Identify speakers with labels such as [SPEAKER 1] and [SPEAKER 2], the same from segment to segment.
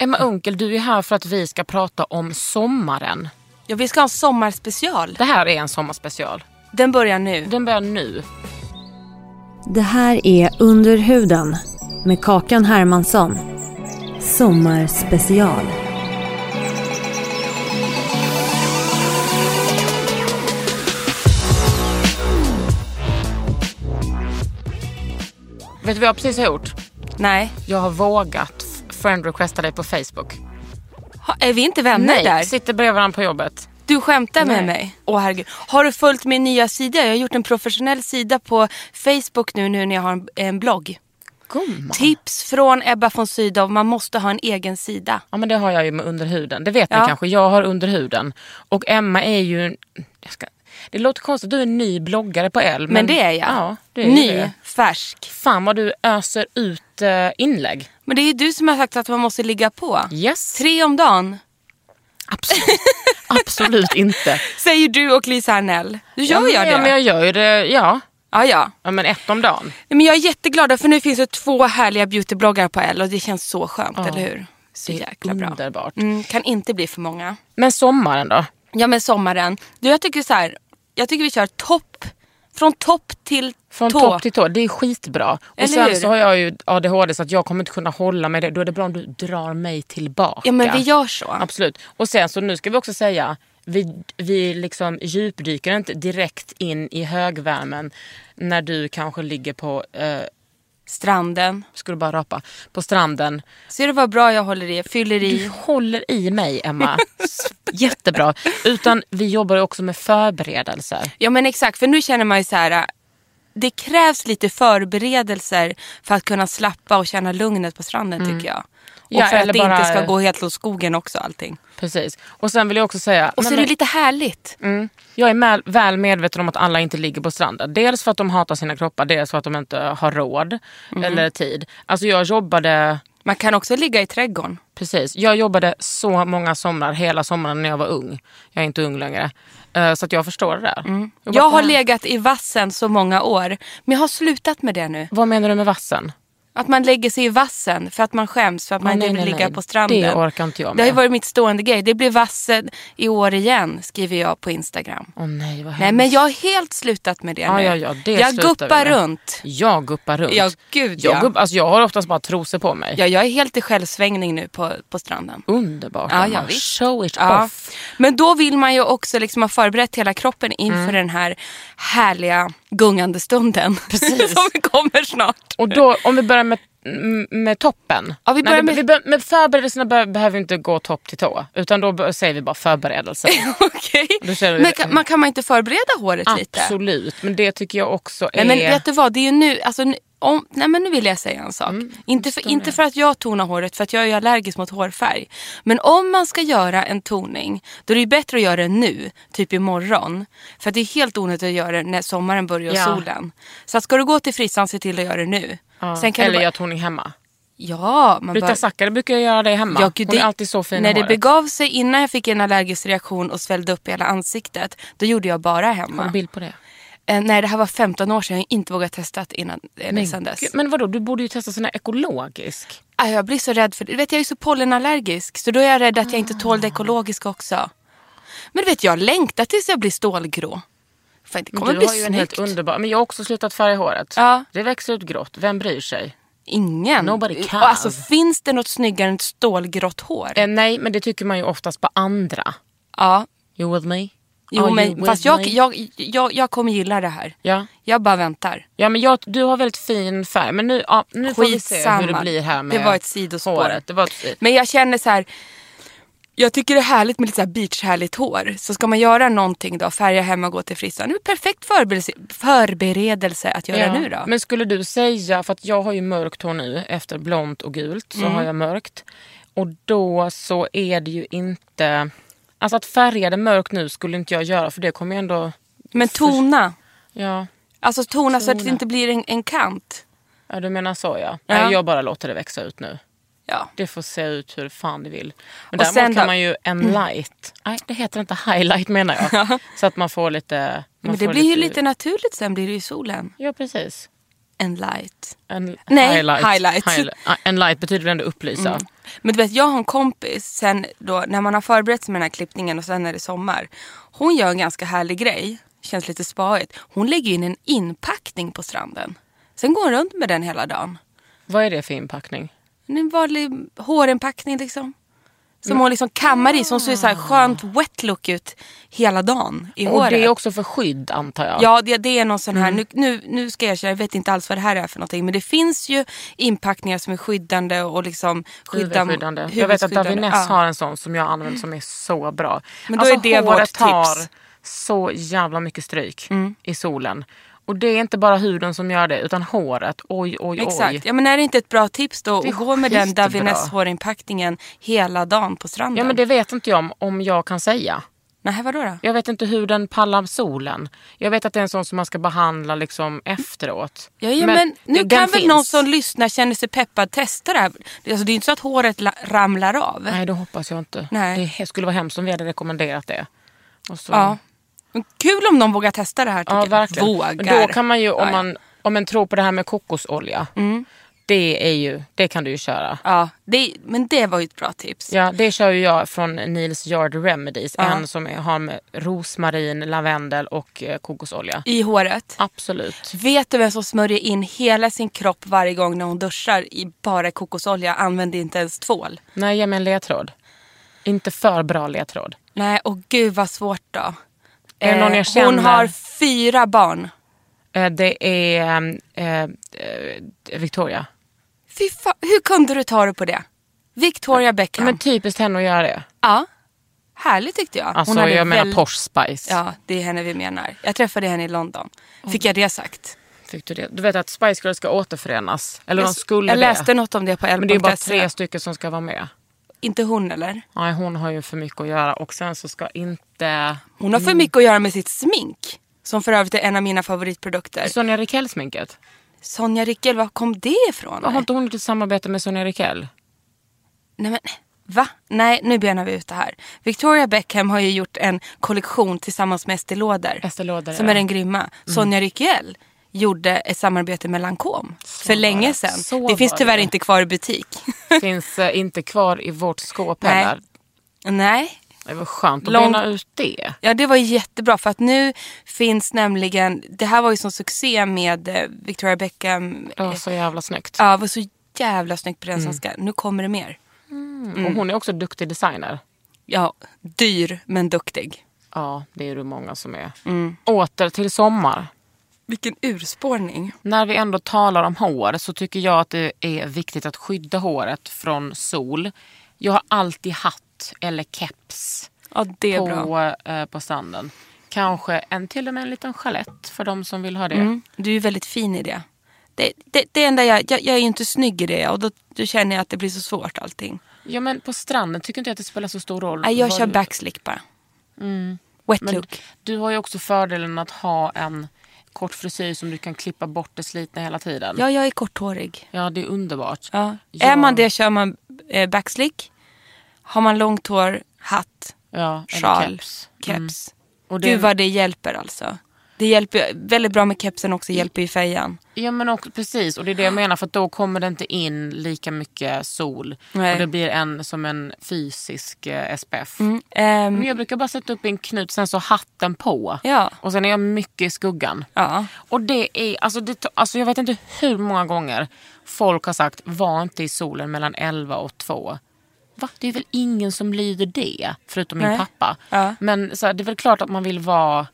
[SPEAKER 1] Emma Unkel, du är här för att vi ska prata om sommaren.
[SPEAKER 2] Ja, vi ska ha en sommarspecial.
[SPEAKER 1] Det här är en sommarspecial.
[SPEAKER 2] Den börjar nu.
[SPEAKER 1] Den börjar nu.
[SPEAKER 3] Det här är Under huden med Kakan Hermansson. Sommarspecial.
[SPEAKER 1] Vet du vad jag precis har gjort?
[SPEAKER 2] Nej.
[SPEAKER 1] Jag har vågat f- friend-requesta dig på Facebook.
[SPEAKER 2] Ha, är vi inte vänner
[SPEAKER 1] Nej,
[SPEAKER 2] där?
[SPEAKER 1] sitter bredvid varandra på jobbet.
[SPEAKER 2] Du skämtar
[SPEAKER 1] Nej.
[SPEAKER 2] med mig? Åh herregud. Har du följt min nya sida? Jag har gjort en professionell sida på Facebook nu, nu när jag har en, en blogg.
[SPEAKER 1] Gumman.
[SPEAKER 2] Tips från Ebba von Sydow. Man måste ha en egen sida.
[SPEAKER 1] Ja men det har jag ju med underhuden. Det vet ni
[SPEAKER 2] Ja.
[SPEAKER 1] kanske. Jag har underhuden. Och Emma är ju... en- Jag ska, det låter konstigt. Du är en ny bloggare på L.
[SPEAKER 2] Men, det är jag.
[SPEAKER 1] Ja, du är ju
[SPEAKER 2] Ny,
[SPEAKER 1] det.
[SPEAKER 2] färsk.
[SPEAKER 1] Fan vad du öser ut eh, inlägg.
[SPEAKER 2] Men det är ju du som har sagt att man måste ligga på.
[SPEAKER 1] Yes.
[SPEAKER 2] Tre om dagen,
[SPEAKER 1] Absolut, absolut inte.
[SPEAKER 2] säger du och Lisa Arnell. Du gör
[SPEAKER 1] men-
[SPEAKER 2] jag det?
[SPEAKER 1] Ja, men jag gör ju det. Ja.
[SPEAKER 2] ja, ja.
[SPEAKER 1] ja, men ett om dagen.
[SPEAKER 2] Nej, Men jag är jätteglad för nu finns det två härliga beautybloggar på L och det känns så skönt, eller hur? Så
[SPEAKER 1] det är
[SPEAKER 2] jäkla bra.
[SPEAKER 1] underbart.
[SPEAKER 2] Mm, kan inte bli för många.
[SPEAKER 1] Men sommaren då?
[SPEAKER 2] Ja men sommaren. Du jag tycker så här, jag tycker vi kör topp, från topp till
[SPEAKER 1] Från
[SPEAKER 2] tå.
[SPEAKER 1] topp till tå, det är skitbra. Och
[SPEAKER 2] Eller
[SPEAKER 1] sen
[SPEAKER 2] hur?
[SPEAKER 1] så har jag ju ADHD så att jag kommer inte kunna hålla mig. det. Då är det bra om du drar mig tillbaka.
[SPEAKER 2] Ja men vi gör så.
[SPEAKER 1] Absolut. Och sen så nu ska vi också säga, vi, vi liksom djupdyker inte direkt in i högvärmen när du kanske ligger på, eh,
[SPEAKER 2] Stranden.
[SPEAKER 1] skulle bara rapa, på stranden.
[SPEAKER 2] Ser du vad bra jag håller i? Fyller
[SPEAKER 1] Du
[SPEAKER 2] i.
[SPEAKER 1] håller i mig Emma. S- Jättebra. Utan vi jobbar ju också med förberedelser.
[SPEAKER 2] Ja men exakt, för nu känner man ju så här. äh, Det krävs lite förberedelser för att kunna slappa och känna lugnet på stranden tycker jag. Och
[SPEAKER 1] Mm. Ja,
[SPEAKER 2] för att
[SPEAKER 1] eller
[SPEAKER 2] det
[SPEAKER 1] bara-
[SPEAKER 2] inte ska gå helt åt skogen också allting.
[SPEAKER 1] Precis. Och sen vill jag också säga...
[SPEAKER 2] Och så är
[SPEAKER 1] Nej,
[SPEAKER 2] det
[SPEAKER 1] men-
[SPEAKER 2] lite härligt.
[SPEAKER 1] Mm. Jag är med, väl medveten om att alla inte ligger på stranden. Dels för att de hatar sina kroppar, dels för att de inte har råd
[SPEAKER 2] Mm.
[SPEAKER 1] eller tid. Alltså jag jobbade,
[SPEAKER 2] Man kan också ligga i trädgården.
[SPEAKER 1] precis, jag jobbade så många somrar, hela sommaren när jag var ung. Jag är inte ung längre. Eh, Så att jag förstår det där. Jag bara,
[SPEAKER 2] Mm. Jag har
[SPEAKER 1] "Fan,
[SPEAKER 2] legat i vassen så många år, men jag har slutat med det nu.
[SPEAKER 1] Vad menar du med vassen?
[SPEAKER 2] Att man lägger sig i vassen för att man skäms för att man
[SPEAKER 1] Ah,
[SPEAKER 2] inte
[SPEAKER 1] nej,
[SPEAKER 2] vill
[SPEAKER 1] nej,
[SPEAKER 2] ligga
[SPEAKER 1] nej.
[SPEAKER 2] på stranden.
[SPEAKER 1] Det orkar inte jag
[SPEAKER 2] Det har ju
[SPEAKER 1] med.
[SPEAKER 2] varit mitt stående grej. Det blir vassen i år igen, skriver jag på Instagram.
[SPEAKER 1] Åh nej vad
[SPEAKER 2] Nej,
[SPEAKER 1] hemskt.
[SPEAKER 2] men jag har helt slutat med det
[SPEAKER 1] Ja,
[SPEAKER 2] nu.
[SPEAKER 1] ja, ja, det
[SPEAKER 2] jag
[SPEAKER 1] slutar vi
[SPEAKER 2] guppar
[SPEAKER 1] med.
[SPEAKER 2] runt.
[SPEAKER 1] Jag guppar runt.
[SPEAKER 2] Ja, gud,
[SPEAKER 1] jag,
[SPEAKER 2] ja.
[SPEAKER 1] gupp, alltså, jag har oftast bara trosor på mig.
[SPEAKER 2] Ja, jag är helt i självsvängning nu på, på stranden.
[SPEAKER 1] Underbart
[SPEAKER 2] Ja,
[SPEAKER 1] Emma.
[SPEAKER 2] ja, visst.
[SPEAKER 1] Show it
[SPEAKER 2] Ja.
[SPEAKER 1] off.
[SPEAKER 2] Men då vill man ju också liksom ha förberett hela kroppen inför
[SPEAKER 1] Mm.
[SPEAKER 2] den här härliga gungande stunden
[SPEAKER 1] Precis.
[SPEAKER 2] som kommer snart.
[SPEAKER 1] Och då, om vi börjar med, m- med toppen.
[SPEAKER 2] Ja, vi börjar
[SPEAKER 1] Nej,
[SPEAKER 2] med-
[SPEAKER 1] vi, bör- med förberedelserna bör, behöver vi inte gå topp till tå. Utan då bör, säger vi bara förberedelser.
[SPEAKER 2] Okej.
[SPEAKER 1] Då känner vi-
[SPEAKER 2] Men kan man, kan man inte förbereda håret lite?
[SPEAKER 1] Absolut, men det tycker jag också är...
[SPEAKER 2] Typ. Nej, men vet du vad, det är ju nu, alltså, nu- om, nej men nu vill jag säga en sak.
[SPEAKER 1] Mm,
[SPEAKER 2] inte, för, inte för att jag tonar håret, för att jag är ju allergisk mot hårfärg. Men om man ska göra en toning, då är det ju bättre att göra det nu, typ imorgon. För att det är helt onödigt att göra det när sommaren börjar och
[SPEAKER 1] Ja.
[SPEAKER 2] solen. Så att ska du gå till frissan, se till att göra det nu.
[SPEAKER 1] ja.
[SPEAKER 2] Sen kan
[SPEAKER 1] Eller
[SPEAKER 2] du bara,
[SPEAKER 1] gör toning hemma.
[SPEAKER 2] Ja, man
[SPEAKER 1] Brita
[SPEAKER 2] bör-
[SPEAKER 1] Zackari brukar ju göra det hemma.
[SPEAKER 2] Ja, gud,
[SPEAKER 1] Hon är
[SPEAKER 2] det-
[SPEAKER 1] alltid så fin i
[SPEAKER 2] När det
[SPEAKER 1] håret.
[SPEAKER 2] begav sig innan jag fick en allergisk reaktion och svällde upp i hela ansiktet, då gjorde jag bara
[SPEAKER 1] Har du
[SPEAKER 2] hemma.
[SPEAKER 1] bild på det?
[SPEAKER 2] Eh, nej, det här var 15 år sedan. Jag har inte vågat testa det innan, eller sen dess.
[SPEAKER 1] Gud, men vadå, du borde ju testa såna ekologisk.
[SPEAKER 2] Ah, jag blir så rädd för det. Du vet, jag är så pollenallergisk, så då är jag rädd att jag inte tål det ekologiska också. Men du vet, jag längtar tills jag blir stålgrå. Fan, det
[SPEAKER 1] Men
[SPEAKER 2] kommer
[SPEAKER 1] du
[SPEAKER 2] bli
[SPEAKER 1] har ju en
[SPEAKER 2] snyggt.
[SPEAKER 1] helt underbar... Men jag har också slutat färga håret.
[SPEAKER 2] Ja.
[SPEAKER 1] Det växer ut grått, vem bryr sig?
[SPEAKER 2] Ingen.
[SPEAKER 1] Nobody can.
[SPEAKER 2] Och Alltså, finns det något snyggare än ett stålgrått hår?
[SPEAKER 1] Eh, nej, men det tycker man ju oftast på andra.
[SPEAKER 2] Ja.
[SPEAKER 1] You with me?
[SPEAKER 2] Jo,
[SPEAKER 1] Are you
[SPEAKER 2] men,
[SPEAKER 1] with
[SPEAKER 2] fast jag,
[SPEAKER 1] me?
[SPEAKER 2] jag, jag, jag kommer gilla det här.
[SPEAKER 1] Ja,
[SPEAKER 2] Jag bara väntar.
[SPEAKER 1] ja men jag, du har väldigt fin färg. Men nu, ja, nu får vi se hur det
[SPEAKER 2] Skitsamma.
[SPEAKER 1] blir här med
[SPEAKER 2] Det var ett sidospår.
[SPEAKER 1] håret. Det var ett,
[SPEAKER 2] Men jag känner så här. Jag tycker det är härligt med lite så här beachhärligt hår. Så ska man göra någonting då, färga hemma och gå till frisören. Det är en perfekt förberedelse, förberedelse att göra nu då.
[SPEAKER 1] Men skulle du säga, för att jag har ju mörkt hår nu efter blont och gult
[SPEAKER 2] Mm.
[SPEAKER 1] så har jag mörkt. Och då så är det ju inte, alltså att färga det mörkt nu skulle inte jag göra för det kommer ju ändå,
[SPEAKER 2] Men tona.
[SPEAKER 1] ja,
[SPEAKER 2] Alltså tona, så att det
[SPEAKER 1] Tona.
[SPEAKER 2] inte blir en, en kant.
[SPEAKER 1] ja du menar så ja.
[SPEAKER 2] Ja.
[SPEAKER 1] Nej, jag bara låter det växa ut nu.
[SPEAKER 2] Ja.
[SPEAKER 1] Det får se ut hur fan det vill. Men
[SPEAKER 2] Och
[SPEAKER 1] däremot kan
[SPEAKER 2] sen då- Mm.
[SPEAKER 1] man ju enlight, nej det heter inte highlight menar jag. så att man får lite, man
[SPEAKER 2] Men det
[SPEAKER 1] får
[SPEAKER 2] blir ju lite naturligt sen blir det ju solen.
[SPEAKER 1] Ja precis.
[SPEAKER 2] En light.
[SPEAKER 1] En
[SPEAKER 2] Nej,
[SPEAKER 1] highlight.
[SPEAKER 2] highlight. Mm.
[SPEAKER 1] Highli- En light betyder väl ändå upplysa.
[SPEAKER 2] Men du vet, jag har en kompis, sen då, när man har förberett sig med den här klippningen och sen är det sommar. Hon gör en ganska härlig grej, känns lite spaigt. Hon lägger in en inpackning på stranden. Sen går hon runt med den hela dagen.
[SPEAKER 1] Vad är det för inpackning?
[SPEAKER 2] En vanlig hårinpackning liksom. Som hon liksom kammar i, som ser så här skönt wet look ut hela dagen i
[SPEAKER 1] Och
[SPEAKER 2] håret.
[SPEAKER 1] det är också Mm. för skydd antar jag?
[SPEAKER 2] Ja, det, det är någon sån här, nu, nu, nu ska jag erkänna, jag vet inte alls vad det här är för någonting. Men det finns ju inpackningar som är skyddande och liksom skydda,
[SPEAKER 1] Huvudskyddande. Jag vet att
[SPEAKER 2] huvudskyddande.
[SPEAKER 1] Davines
[SPEAKER 2] Ja.
[SPEAKER 1] har en sån som jag har använt som är så bra. Alltså,
[SPEAKER 2] Men då är det vårt
[SPEAKER 1] håret tar
[SPEAKER 2] tips. Mm.
[SPEAKER 1] så jävla mycket stryk i solen. Och det är inte bara huden som gör det utan håret. Oj, oj, oj.
[SPEAKER 2] Exakt. Ja, men är det inte ett bra tips då
[SPEAKER 1] Det är
[SPEAKER 2] att gå med den
[SPEAKER 1] skitbra.
[SPEAKER 2] Davines hårinpackningen hela dagen på stranden?
[SPEAKER 1] Ja men det vet inte jag om, om jag kan säga.
[SPEAKER 2] Nej, vadå då?
[SPEAKER 1] Jag vet inte hur den pallar solen. Jag vet att det är en sån som man ska behandla liksom efteråt.
[SPEAKER 2] Ja, ja, men, nu
[SPEAKER 1] den
[SPEAKER 2] kan väl
[SPEAKER 1] finns.
[SPEAKER 2] någon som lyssnar känner sig peppad testa det här. Alltså, det är inte så att håret la- ramlar av.
[SPEAKER 1] Nej, det hoppas jag inte.
[SPEAKER 2] Nej.
[SPEAKER 1] Det he- skulle vara hemskt om vi hade rekommenderat det. Och så...
[SPEAKER 2] Ja. Men kul om någon vågar testa det här. tycker
[SPEAKER 1] Ja,
[SPEAKER 2] jag.
[SPEAKER 1] verkligen.
[SPEAKER 2] Vågar.
[SPEAKER 1] Då kan man ju,
[SPEAKER 2] Ja,
[SPEAKER 1] om
[SPEAKER 2] ja. Mm.
[SPEAKER 1] man, om man tror på det här med kokosolja, det, är ju, det kan du ju köra.
[SPEAKER 2] Ja, det, men det var ju ett bra tips.
[SPEAKER 1] Ja, det kör ju jag från Nils Yard Remedies, en som är, har med rosmarin, lavendel och eh, kokosolja.
[SPEAKER 2] I håret.
[SPEAKER 1] Absolut.
[SPEAKER 2] Vet du vem som smörjer in hela sin kropp varje gång när hon duschar i bara kokosolja? Använder inte ens tvål.
[SPEAKER 1] Nej, ge mig en ledtråd. Inte för bra ledtråd.
[SPEAKER 2] Nej, och gud vad svårt då. Eh,
[SPEAKER 1] Är det någon jag känner?
[SPEAKER 2] Hon har fyra barn.
[SPEAKER 1] Eh, Det är eh, eh, Victoria.
[SPEAKER 2] Fy fan, hur kunde du ta det på det? Victoria Beckham.
[SPEAKER 1] Men typiskt henne att göra det.
[SPEAKER 2] ja, härligt tyckte jag. Hon
[SPEAKER 1] Alltså,
[SPEAKER 2] hade
[SPEAKER 1] jag menar
[SPEAKER 2] väl-
[SPEAKER 1] Porsche Spice.
[SPEAKER 2] Ja, det är henne vi menar. Jag träffade henne i London. Fick jag det sagt?
[SPEAKER 1] Fick du, det? du vet att Spice Girls ska återförenas. Eller de skulle
[SPEAKER 2] jag läste
[SPEAKER 1] det.
[SPEAKER 2] något om det på
[SPEAKER 1] Men det är bara tre
[SPEAKER 2] L.se.
[SPEAKER 1] stycken som ska vara med.
[SPEAKER 2] Inte hon eller?
[SPEAKER 1] Nej, hon har ju för mycket att göra och sen så ska inte...
[SPEAKER 2] Hon har för
[SPEAKER 1] Mm.
[SPEAKER 2] mycket att göra med sitt smink. Som för övrigt är en av mina favoritprodukter.
[SPEAKER 1] Sonja Rikell-sminket.
[SPEAKER 2] Sonja Ryckel, var kom det ifrån?
[SPEAKER 1] Har inte hon lite samarbete med Sonja Rikell?
[SPEAKER 2] Nej men, va? Nej, nu benar vi ut det här. Victoria Beckham har ju gjort en kollektion tillsammans med Estée Lauder.
[SPEAKER 1] Estée Lauder,
[SPEAKER 2] Som
[SPEAKER 1] ja. Mm.
[SPEAKER 2] är den grymma. Sonja Rykiel gjorde ett samarbete med Lancôme för länge sedan.
[SPEAKER 1] Så
[SPEAKER 2] det finns
[SPEAKER 1] var
[SPEAKER 2] tyvärr
[SPEAKER 1] det.
[SPEAKER 2] inte kvar i butik.
[SPEAKER 1] Finns eh, inte kvar i vårt skåp
[SPEAKER 2] Nej.
[SPEAKER 1] heller.
[SPEAKER 2] Nej.
[SPEAKER 1] Det var skönt att
[SPEAKER 2] Lång-
[SPEAKER 1] bena ut det.
[SPEAKER 2] Ja, det var ju jättebra för att nu finns nämligen, det här var ju sån succé med eh, Victoria Beckham.
[SPEAKER 1] Det var så jävla snyggt.
[SPEAKER 2] Ja, det var så jävla snyggt
[SPEAKER 1] Mm.
[SPEAKER 2] på den svenska. Nu kommer det mer.
[SPEAKER 1] Och
[SPEAKER 2] Mm.
[SPEAKER 1] hon är också duktig designer.
[SPEAKER 2] Ja, dyr men duktig.
[SPEAKER 1] Ja, det är det många som är. Åter till sommar.
[SPEAKER 2] Vilken urspårning.
[SPEAKER 1] När vi ändå talar om hår så tycker jag att det är viktigt att skydda håret från sol. Jag har alltid hatt eller keps
[SPEAKER 2] Ja, det är bra.
[SPEAKER 1] på, eh, på stranden. Kanske en till och med en liten chalett för de som vill ha det.
[SPEAKER 2] Mm. Du är väldigt fin i det. Det, det, det enda jag, jag, jag är ju inte snygg i det och då, då känner jag att det blir så svårt allting.
[SPEAKER 1] Ja men på stranden tycker inte jag att det spelar så stor roll.
[SPEAKER 2] Nej, jag
[SPEAKER 1] vad
[SPEAKER 2] kör
[SPEAKER 1] du- Mm.
[SPEAKER 2] backslick bara. Wet
[SPEAKER 1] Men
[SPEAKER 2] look.
[SPEAKER 1] du har ju också fördelen att ha en kort frisyr som du kan klippa bort det slitna hela tiden.
[SPEAKER 2] Ja, jag är korthårig.
[SPEAKER 1] Ja, det är underbart.
[SPEAKER 2] Ja.
[SPEAKER 1] Ja.
[SPEAKER 2] Är man det kör man eh, backslick. Har man långt hår, hatt,
[SPEAKER 1] Ja, eller
[SPEAKER 2] sjal,
[SPEAKER 1] keps. Mm.
[SPEAKER 2] keps.
[SPEAKER 1] Och det-
[SPEAKER 2] Gud vad det hjälper alltså. Det hjälper ju- väldigt bra med kepsen också, hjälper ju färgen.
[SPEAKER 1] Ja men också, precis och det är det jag menar för att då kommer det inte in lika mycket sol.
[SPEAKER 2] Nej.
[SPEAKER 1] Och det blir en som en fysisk eh, SPF.
[SPEAKER 2] Mm. ehm,
[SPEAKER 1] Men jag brukar bara sätta upp en knut sen så hatten på.
[SPEAKER 2] Ja.
[SPEAKER 1] Och sen är jag mycket i skuggan.
[SPEAKER 2] ja.
[SPEAKER 1] Och det är, alltså, det, ta- alltså jag vet inte hur många gånger folk har sagt var inte i solen mellan 11 och 2. Va? Det är väl ingen som lyder det, förutom min
[SPEAKER 2] Nej.
[SPEAKER 1] pappa.
[SPEAKER 2] Ja.
[SPEAKER 1] Men så här, det är väl klart att man vill vara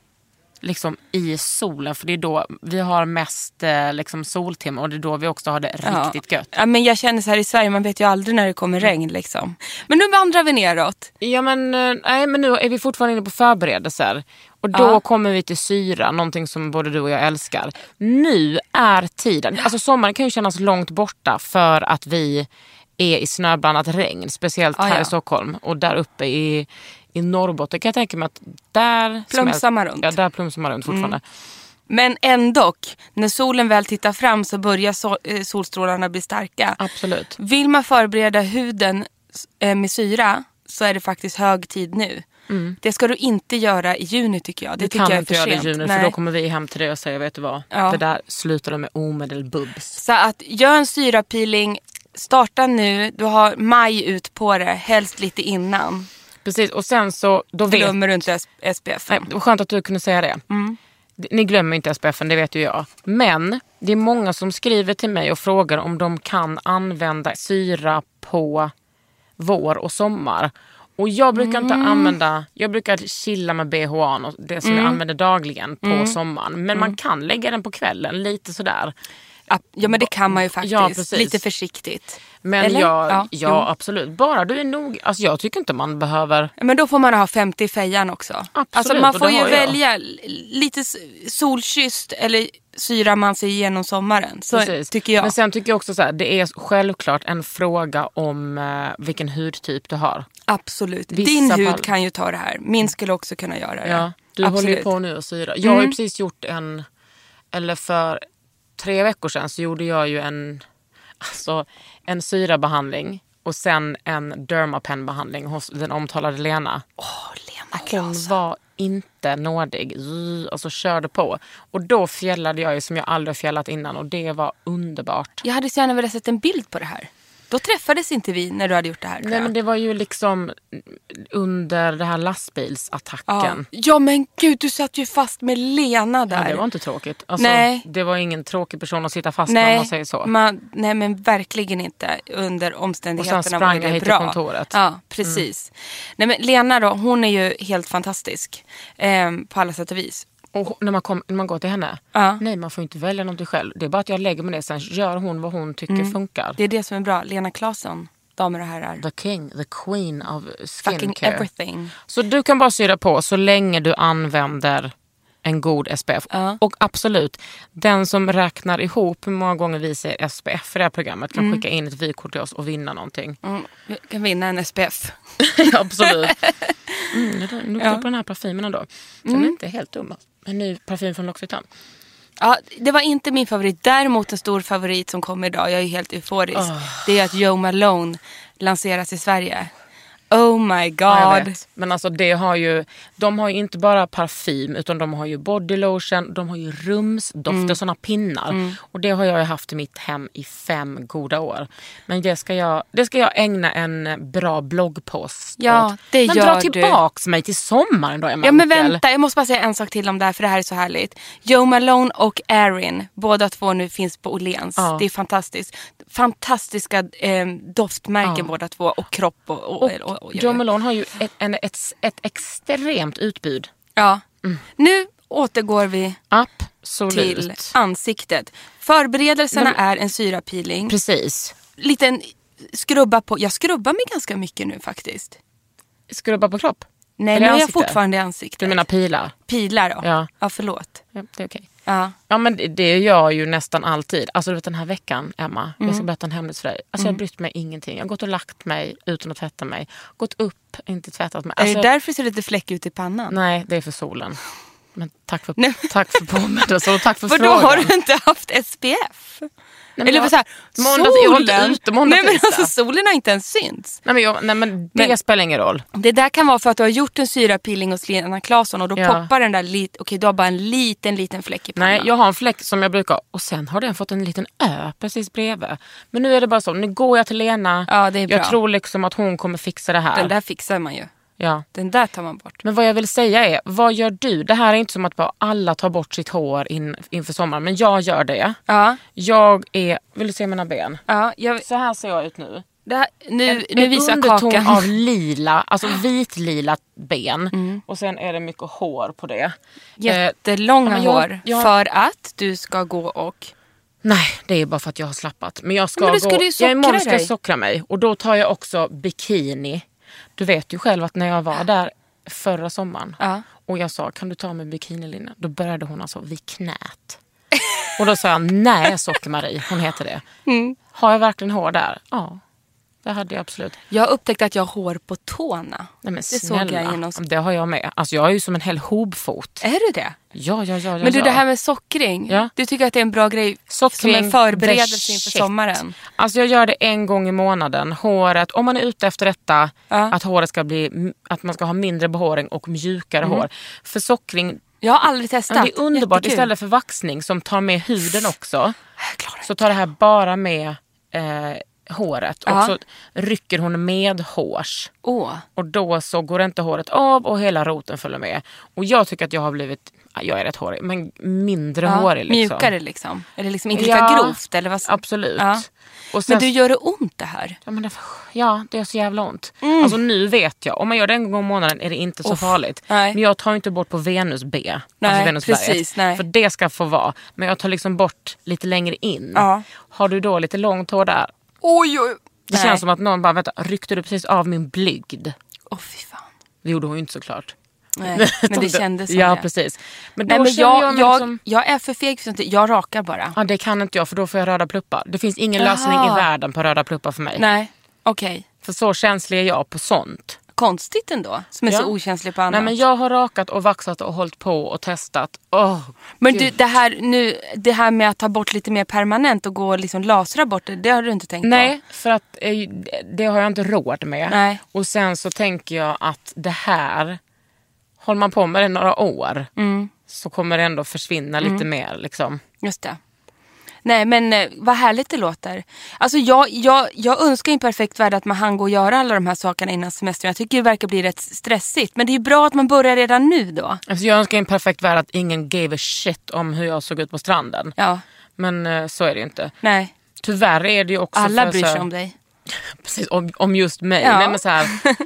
[SPEAKER 1] liksom, i solen, för det är då vi har mest eh, liksom, soltimmar och det är då vi också har det
[SPEAKER 2] Ja.
[SPEAKER 1] riktigt gött.
[SPEAKER 2] Ja, men jag känner så här i Sverige, man vet ju aldrig när det kommer regn. Liksom. Men nu vandrar vi neråt.
[SPEAKER 1] Ja men, eh, nej, men nu är vi fortfarande inne på förberedelser. Och då
[SPEAKER 2] Ja.
[SPEAKER 1] kommer vi till syra, någonting som både du och jag älskar. Nu är tiden, alltså sommaren kan ju kännas långt borta för att vi är i snöblandat regn. Speciellt
[SPEAKER 2] Ja,
[SPEAKER 1] här
[SPEAKER 2] ja.
[SPEAKER 1] i Stockholm och där uppe i, i Norrbotten kan jag tänka mig att där...
[SPEAKER 2] Plumsar man
[SPEAKER 1] smält-
[SPEAKER 2] runt. Mm.
[SPEAKER 1] Ja, där plumsar man runt fortfarande.
[SPEAKER 2] Men ändå, när solen väl tittar fram så börjar sol, eh, solstrålarna bli starka.
[SPEAKER 1] Absolut.
[SPEAKER 2] Vill man förbereda huden eh, med syra så är det faktiskt hög tid nu. Det ska du inte göra i juni tycker jag. Det
[SPEAKER 1] Vi
[SPEAKER 2] tycker
[SPEAKER 1] Mm. kan
[SPEAKER 2] jag är
[SPEAKER 1] inte
[SPEAKER 2] för
[SPEAKER 1] göra det i
[SPEAKER 2] sent.
[SPEAKER 1] juni
[SPEAKER 2] Nej.
[SPEAKER 1] för då kommer vi hem till dig och säga vet du vad?
[SPEAKER 2] Ja.
[SPEAKER 1] Det där slutade med omedelbubs.
[SPEAKER 2] Så att gör en syrapeeling, starta nu. Du har maj ut på det, helst lite innan.
[SPEAKER 1] Precis och sen så... Då vet
[SPEAKER 2] Glömmer du inte SPF.
[SPEAKER 1] Nej, det var skönt att du kunde säga det.
[SPEAKER 2] Mm.
[SPEAKER 1] Ni glömmer inte SPFen, det vet ju jag. Men det är många som skriver till mig och frågar om de kan använda syra på vår och sommar. Och jag brukar inte
[SPEAKER 2] Mm.
[SPEAKER 1] använda, jag brukar chilla med BHA, och det som
[SPEAKER 2] Mm.
[SPEAKER 1] jag använder dagligen på sommaren. Men man kan lägga den på kvällen, lite sådär.
[SPEAKER 2] Ja men det kan man ju faktiskt.
[SPEAKER 1] Ja, precis.
[SPEAKER 2] Lite försiktigt.
[SPEAKER 1] Men
[SPEAKER 2] Eller?
[SPEAKER 1] jag, ja,
[SPEAKER 2] jo.
[SPEAKER 1] absolut. Bara du är nog, alltså jag tycker inte man behöver
[SPEAKER 2] Men då får man ha 50 i fejan också.
[SPEAKER 1] Absolut,
[SPEAKER 2] alltså
[SPEAKER 1] och
[SPEAKER 2] man
[SPEAKER 1] det
[SPEAKER 2] får ju
[SPEAKER 1] har jag.
[SPEAKER 2] välja l- lite s- solkysst eller syrar man sig igenom sommaren. Så
[SPEAKER 1] Precis.
[SPEAKER 2] tycker jag.
[SPEAKER 1] Men sen tycker jag också så här, det är självklart en fråga om eh, vilken hudtyp du har.
[SPEAKER 2] Absolut.
[SPEAKER 1] Vissa
[SPEAKER 2] Din
[SPEAKER 1] fall.
[SPEAKER 2] hud kan ju ta det här. Min skulle också kunna göra det.
[SPEAKER 1] Ja, Eh, du
[SPEAKER 2] Absolut. Mm.
[SPEAKER 1] håller ju på nu och syra. Jag har ju precis gjort en, eller för tre veckor sedan så gjorde jag ju en, alltså, en syrabehandling och sen en dermapenbehandling hos den omtalade Lena.
[SPEAKER 2] Åh, alltså. Lena
[SPEAKER 1] Hon
[SPEAKER 2] Claesson.
[SPEAKER 1] var inte nådig. Zzz, Alltså körde på. Och då fjällade jag ju som jag aldrig har fjällat innan och det var underbart.
[SPEAKER 2] Jag hade så gärna velat sett en bild på det här. Då träffades inte vi när du hade gjort det här. tror
[SPEAKER 1] Nej
[SPEAKER 2] jag.
[SPEAKER 1] men det var ju liksom under den här lastbilsattacken.
[SPEAKER 2] ja. ja men gud du satt ju fast med Lena
[SPEAKER 1] Ja,
[SPEAKER 2] där.
[SPEAKER 1] det var inte tråkigt. Alltså,
[SPEAKER 2] Nej.
[SPEAKER 1] Det var ingen tråkig person att sitta fast med om
[SPEAKER 2] Nej,
[SPEAKER 1] man säger så.
[SPEAKER 2] man- nej men verkligen inte. Under
[SPEAKER 1] Och sen
[SPEAKER 2] omständigheterna
[SPEAKER 1] sprang
[SPEAKER 2] var det
[SPEAKER 1] jag hit till
[SPEAKER 2] bra.
[SPEAKER 1] kontoret. Mm.
[SPEAKER 2] Ja, precis. Nej, men Lena då, hon är ju helt fantastisk eh, på alla sätt och vis.
[SPEAKER 1] Och när man, kom, när man går till henne.
[SPEAKER 2] Ja.
[SPEAKER 1] Nej man får inte välja någonting själv. Det är bara att jag lägger mig ner sen gör hon vad hon tycker
[SPEAKER 2] Mm.
[SPEAKER 1] funkar.
[SPEAKER 2] Det är det som är bra. Lena Claesson, damer och herrar.
[SPEAKER 1] The king, the queen of skincare.
[SPEAKER 2] Fucking everything.
[SPEAKER 1] Så du kan bara syra på så länge du använder en god SPF.
[SPEAKER 2] Ja.
[SPEAKER 1] Och absolut, den som räknar ihop hur många gånger vi säger SPF i det här programmet kan skicka in ett vykort till oss och vinna någonting.
[SPEAKER 2] Mm, vi kan vinna en SPF.
[SPEAKER 1] Absolut. Mm, det där- nu luktar på den här parfymen ändå. Den
[SPEAKER 2] Mm.
[SPEAKER 1] är inte helt dum. alltså. En ny parfym från L'Occitane.
[SPEAKER 2] Ja, det var inte min favorit. Däremot en stor favorit som kommer idag. Jag är helt euforisk.
[SPEAKER 1] Ah.
[SPEAKER 2] Det är att Joe Malone lanseras i Sverige. Oh my
[SPEAKER 1] Ja, jag
[SPEAKER 2] god.
[SPEAKER 1] vet. Men alltså det har ju, de har ju inte bara parfym utan de har ju body lotion, de har ju rumsdofter,
[SPEAKER 2] Mm.
[SPEAKER 1] såna pinnar. Och det har jag ju haft i mitt hem i fem goda år. Men det ska jag, det ska jag ägna en bra bloggpost
[SPEAKER 2] Ja,
[SPEAKER 1] åt.
[SPEAKER 2] det
[SPEAKER 1] Men
[SPEAKER 2] gör
[SPEAKER 1] dra
[SPEAKER 2] du.
[SPEAKER 1] tillbaks mig till sommaren då Emma
[SPEAKER 2] Ja men
[SPEAKER 1] Ankel.
[SPEAKER 2] vänta, jag måste bara säga en sak till om det här för det här är så härligt. Joe Malone och Erin, båda två nu finns på Åhléns.
[SPEAKER 1] Ja.
[SPEAKER 2] Det är fantastiskt. Fantastiska eh, doftmärken
[SPEAKER 1] Ja.
[SPEAKER 2] båda två och kropp och... och, och, och, och
[SPEAKER 1] John Malone har ju ett, en, ett, ett extremt utbud.
[SPEAKER 2] ja.
[SPEAKER 1] Mm.
[SPEAKER 2] Nu återgår vi
[SPEAKER 1] Absolut.
[SPEAKER 2] till ansiktet. Förberedelserna är en syrapeeling.
[SPEAKER 1] Precis.
[SPEAKER 2] Liten skrubba på. Jag skrubbar mig ganska mycket nu faktiskt.
[SPEAKER 1] Skrubba på kropp?
[SPEAKER 2] Nej,
[SPEAKER 1] Eller
[SPEAKER 2] nu är jag
[SPEAKER 1] ansikte?
[SPEAKER 2] fortfarande i ansiktet.
[SPEAKER 1] Du menar pilar?
[SPEAKER 2] pilar då?
[SPEAKER 1] Ja.
[SPEAKER 2] ja förlåt.
[SPEAKER 1] Ja, det är okej.
[SPEAKER 2] Ja.
[SPEAKER 1] Ja men det, det gör jag ju nästan alltid. Alltså du vet den här veckan Emma, jag
[SPEAKER 2] Mm.
[SPEAKER 1] ska berätta en hemlis för dig. Alltså jag har brytt mig ingenting. Jag har gått och lagt mig utan att tvätta mig. Gått upp, inte tvättat mig. Alltså,
[SPEAKER 2] är det därför ser det lite fläck ut i pannan?
[SPEAKER 1] Nej, det är för solen. Men tack för,
[SPEAKER 2] Nej.
[SPEAKER 1] tack för påminnelsen och tack för,
[SPEAKER 2] För då
[SPEAKER 1] frågan.
[SPEAKER 2] har du inte haft SPF.
[SPEAKER 1] men
[SPEAKER 2] Eller
[SPEAKER 1] jag-
[SPEAKER 2] så här,
[SPEAKER 1] måndag-
[SPEAKER 2] solen,
[SPEAKER 1] jag var inte ute måndag,
[SPEAKER 2] nej, men
[SPEAKER 1] tisdag.
[SPEAKER 2] alltså, solen har inte ens synts.
[SPEAKER 1] Nej, men, jag, nej, men det
[SPEAKER 2] Men-
[SPEAKER 1] spelar ingen roll.
[SPEAKER 2] Det där kan vara för att du har gjort en syrapilling hos Lena Claesson och då
[SPEAKER 1] Ja.
[SPEAKER 2] poppar den där lite, okej du har bara en liten liten fläck i pannan.
[SPEAKER 1] Nej, jag har en fläck som jag brukar och sen har den fått en liten ö precis bredvid. Men nu är det bara så, nu går jag till Lena.
[SPEAKER 2] Ja, det är bra.
[SPEAKER 1] Jag tror liksom att hon kommer fixa det här.
[SPEAKER 2] Den där fixar man ju.
[SPEAKER 1] Ja.
[SPEAKER 2] Den där tar man bort.
[SPEAKER 1] Men vad jag vill säga är, vad gör du? Det här är inte som att bara alla tar bort sitt hår in, inför sommaren, men jag gör det.
[SPEAKER 2] Ja,
[SPEAKER 1] Jag är, vill du se mina ben?
[SPEAKER 2] ja jag,
[SPEAKER 1] Så här ser jag ut nu.
[SPEAKER 2] det här, nu, nu
[SPEAKER 1] en
[SPEAKER 2] visar jag
[SPEAKER 1] underton
[SPEAKER 2] kakan.
[SPEAKER 1] av lila, alltså vitlila ben.
[SPEAKER 2] Mm.
[SPEAKER 1] Och sen är det mycket hår på det. Eh,
[SPEAKER 2] Jättelånga
[SPEAKER 1] ja, men jag-
[SPEAKER 2] hår.
[SPEAKER 1] jag-
[SPEAKER 2] För att du ska gå och...
[SPEAKER 1] Nej, det är bara för att jag har slappat. Men jag ska
[SPEAKER 2] Men du
[SPEAKER 1] gå...
[SPEAKER 2] skulle ju
[SPEAKER 1] jag imorgon
[SPEAKER 2] sockra
[SPEAKER 1] ska jag
[SPEAKER 2] dig.
[SPEAKER 1] sockra mig. Och då tar jag också bikini. Du vet ju själv att när jag var där förra sommaren
[SPEAKER 2] Ja.
[SPEAKER 1] och jag sa kan du ta mig bikinilinne? Då började hon alltså vid knät. och då sa jag nej Socker-Marie, hon heter det.
[SPEAKER 2] Mm.
[SPEAKER 1] Har jag verkligen hår där? Ja, det hade jag absolut.
[SPEAKER 2] Jag upptäckte att jag har hår på tårna.
[SPEAKER 1] Nej, men
[SPEAKER 2] det
[SPEAKER 1] snälla,
[SPEAKER 2] såg jag genom...
[SPEAKER 1] det har jag med. Alltså jag är ju som en hel hobfot.
[SPEAKER 2] Är du det?
[SPEAKER 1] Ja, ja, ja. ja
[SPEAKER 2] Men du,
[SPEAKER 1] Alltså, ja.
[SPEAKER 2] det här med sockring.
[SPEAKER 1] Ja.
[SPEAKER 2] Du tycker att det är en bra grej
[SPEAKER 1] Sockring,
[SPEAKER 2] som
[SPEAKER 1] the
[SPEAKER 2] en förberedelse inför
[SPEAKER 1] shit.
[SPEAKER 2] sommaren?
[SPEAKER 1] Alltså jag gör det en gång i månaden. Håret, om man är ute efter detta,
[SPEAKER 2] Ja.
[SPEAKER 1] att, håret ska bli, att man ska ha mindre behåring och mjukare hår. För sockring,
[SPEAKER 2] Jag har aldrig
[SPEAKER 1] ja,
[SPEAKER 2] testat.
[SPEAKER 1] det är underbart.
[SPEAKER 2] Mm. Jättekul.
[SPEAKER 1] Istället för vaxning som tar med huden också,
[SPEAKER 2] Jag klarar inte.
[SPEAKER 1] så tar det här bara med eh, håret.
[SPEAKER 2] Ja.
[SPEAKER 1] Och så rycker hon med hårs.
[SPEAKER 2] Åh.
[SPEAKER 1] Och då så går inte håret av och hela roten följer med. Och jag tycker att jag har blivit, jag är rätt hårig, men mindre
[SPEAKER 2] Ja,
[SPEAKER 1] hårig. Liksom.
[SPEAKER 2] Mjukare liksom. Eller liksom inte lika
[SPEAKER 1] Ja,
[SPEAKER 2] grovt. Eller vad...
[SPEAKER 1] Absolut.
[SPEAKER 2] Ja.
[SPEAKER 1] Och sen
[SPEAKER 2] Men du, gör det ont det här?
[SPEAKER 1] Ja, men det, ja, det gör så jävla ont. Alltså nu vet jag, om man gör det en gång i månaden är det inte så
[SPEAKER 2] Mm. Uff,
[SPEAKER 1] farligt.
[SPEAKER 2] nej.
[SPEAKER 1] Men jag tar ju inte bort på Venus B.
[SPEAKER 2] Nej,
[SPEAKER 1] alltså Venusberget.
[SPEAKER 2] precis, nej.
[SPEAKER 1] För det ska få vara. Men jag tar liksom bort lite längre in.
[SPEAKER 2] Ja.
[SPEAKER 1] Har du då lite långt hår där?
[SPEAKER 2] Oj, oj.
[SPEAKER 1] Det känns som att någon bara, vänta, ryckte du precis av min blygd?
[SPEAKER 2] Åh, fy fan.
[SPEAKER 1] Det gjorde hon ju inte såklart.
[SPEAKER 2] Nej, men det kändes som
[SPEAKER 1] Ja,
[SPEAKER 2] det.
[SPEAKER 1] precis. Men då
[SPEAKER 2] Nej, men
[SPEAKER 1] känner jag,
[SPEAKER 2] jag,
[SPEAKER 1] mig
[SPEAKER 2] jag,
[SPEAKER 1] liksom,
[SPEAKER 2] jag är för feg för sånt. Jag rakar bara.
[SPEAKER 1] ja, det kan inte jag för då får jag röda pluppar. Det finns ingen
[SPEAKER 2] Jaha.
[SPEAKER 1] lösning i världen på röda pluppar för mig.
[SPEAKER 2] Nej, okej.
[SPEAKER 1] För så känslig är jag på sånt.
[SPEAKER 2] Konstigt ändå, som är
[SPEAKER 1] Ja.
[SPEAKER 2] så okänslig på annat.
[SPEAKER 1] Nej, men jag har rakat och vaxat och hållit på och testat. Åh,
[SPEAKER 2] Men du, det här, nu, det här med att ta bort lite mer permanent och gå och liksom lasra bort det, det har du inte tänkt
[SPEAKER 1] Nej, för att eh, det har jag inte råd med.
[SPEAKER 2] Nej.
[SPEAKER 1] Och sen så tänker jag att det här, håller man på med det några år
[SPEAKER 2] Mm.
[SPEAKER 1] så kommer det ändå försvinna lite mer. Liksom.
[SPEAKER 2] på? Just det. Nej men eh, vad härligt det låter. Alltså jag, jag, jag önskar i en perfekt värld att man hann gå och göra alla de här sakerna innan semestern. Jag tycker det verkar bli rätt stressigt. Men det är ju bra att man börjar redan nu då.
[SPEAKER 1] Alltså, jag önskar i en perfekt värld att ingen gave a shit om hur jag såg ut på stranden.
[SPEAKER 2] Ja,
[SPEAKER 1] Men eh, så är det ju inte.
[SPEAKER 2] nej.
[SPEAKER 1] Tyvärr är det ju också
[SPEAKER 2] Alla
[SPEAKER 1] för
[SPEAKER 2] bryr
[SPEAKER 1] så här-
[SPEAKER 2] sig om dig.
[SPEAKER 1] Precis, om, om just mig.
[SPEAKER 2] Ja.
[SPEAKER 1] Nej, men så här,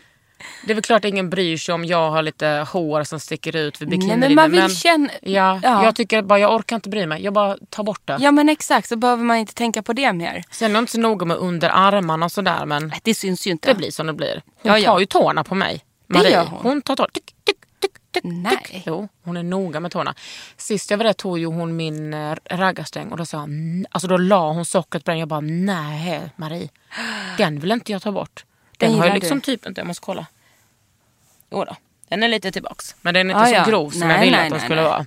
[SPEAKER 1] det är väl klart ingen bryr sig om jag har lite hår som sticker ut vid
[SPEAKER 2] Nej,
[SPEAKER 1] bikinilinjen.
[SPEAKER 2] men man vill känna...
[SPEAKER 1] Ja,
[SPEAKER 2] Ja.
[SPEAKER 1] jag tycker bara jag orkar inte bry mig. Jag bara tar bort det.
[SPEAKER 2] Ja men exakt, så behöver man inte tänka på det mer.
[SPEAKER 1] Sen är jag inte så noga med underarmarna och sådär men
[SPEAKER 2] Det syns ju inte.
[SPEAKER 1] det blir som det blir. Hon
[SPEAKER 2] Ja, ja.
[SPEAKER 1] tar ju tårna på mig.
[SPEAKER 2] Det
[SPEAKER 1] Marie.
[SPEAKER 2] gör hon.
[SPEAKER 1] tar tår. Tyck, tyck, tyck, tyck,
[SPEAKER 2] Nej.
[SPEAKER 1] Tyck. Jo, hon är noga med tårna. Sist jag var där tog ju hon min eh, raggarstäng och då sa hon, alltså då la hon sockret på den. Jag bara nej Marie, den vill inte jag ta bort. Den,
[SPEAKER 2] Den
[SPEAKER 1] har jag
[SPEAKER 2] gillar
[SPEAKER 1] liksom
[SPEAKER 2] du.
[SPEAKER 1] typ inte, jag måste kolla. Jo då. den är lite tillbaks. Men den är
[SPEAKER 2] Ah,
[SPEAKER 1] inte så
[SPEAKER 2] ja.
[SPEAKER 1] grov som
[SPEAKER 2] Nej,
[SPEAKER 1] jag ville
[SPEAKER 2] nej,
[SPEAKER 1] att den
[SPEAKER 2] nej,
[SPEAKER 1] skulle
[SPEAKER 2] nej.
[SPEAKER 1] vara.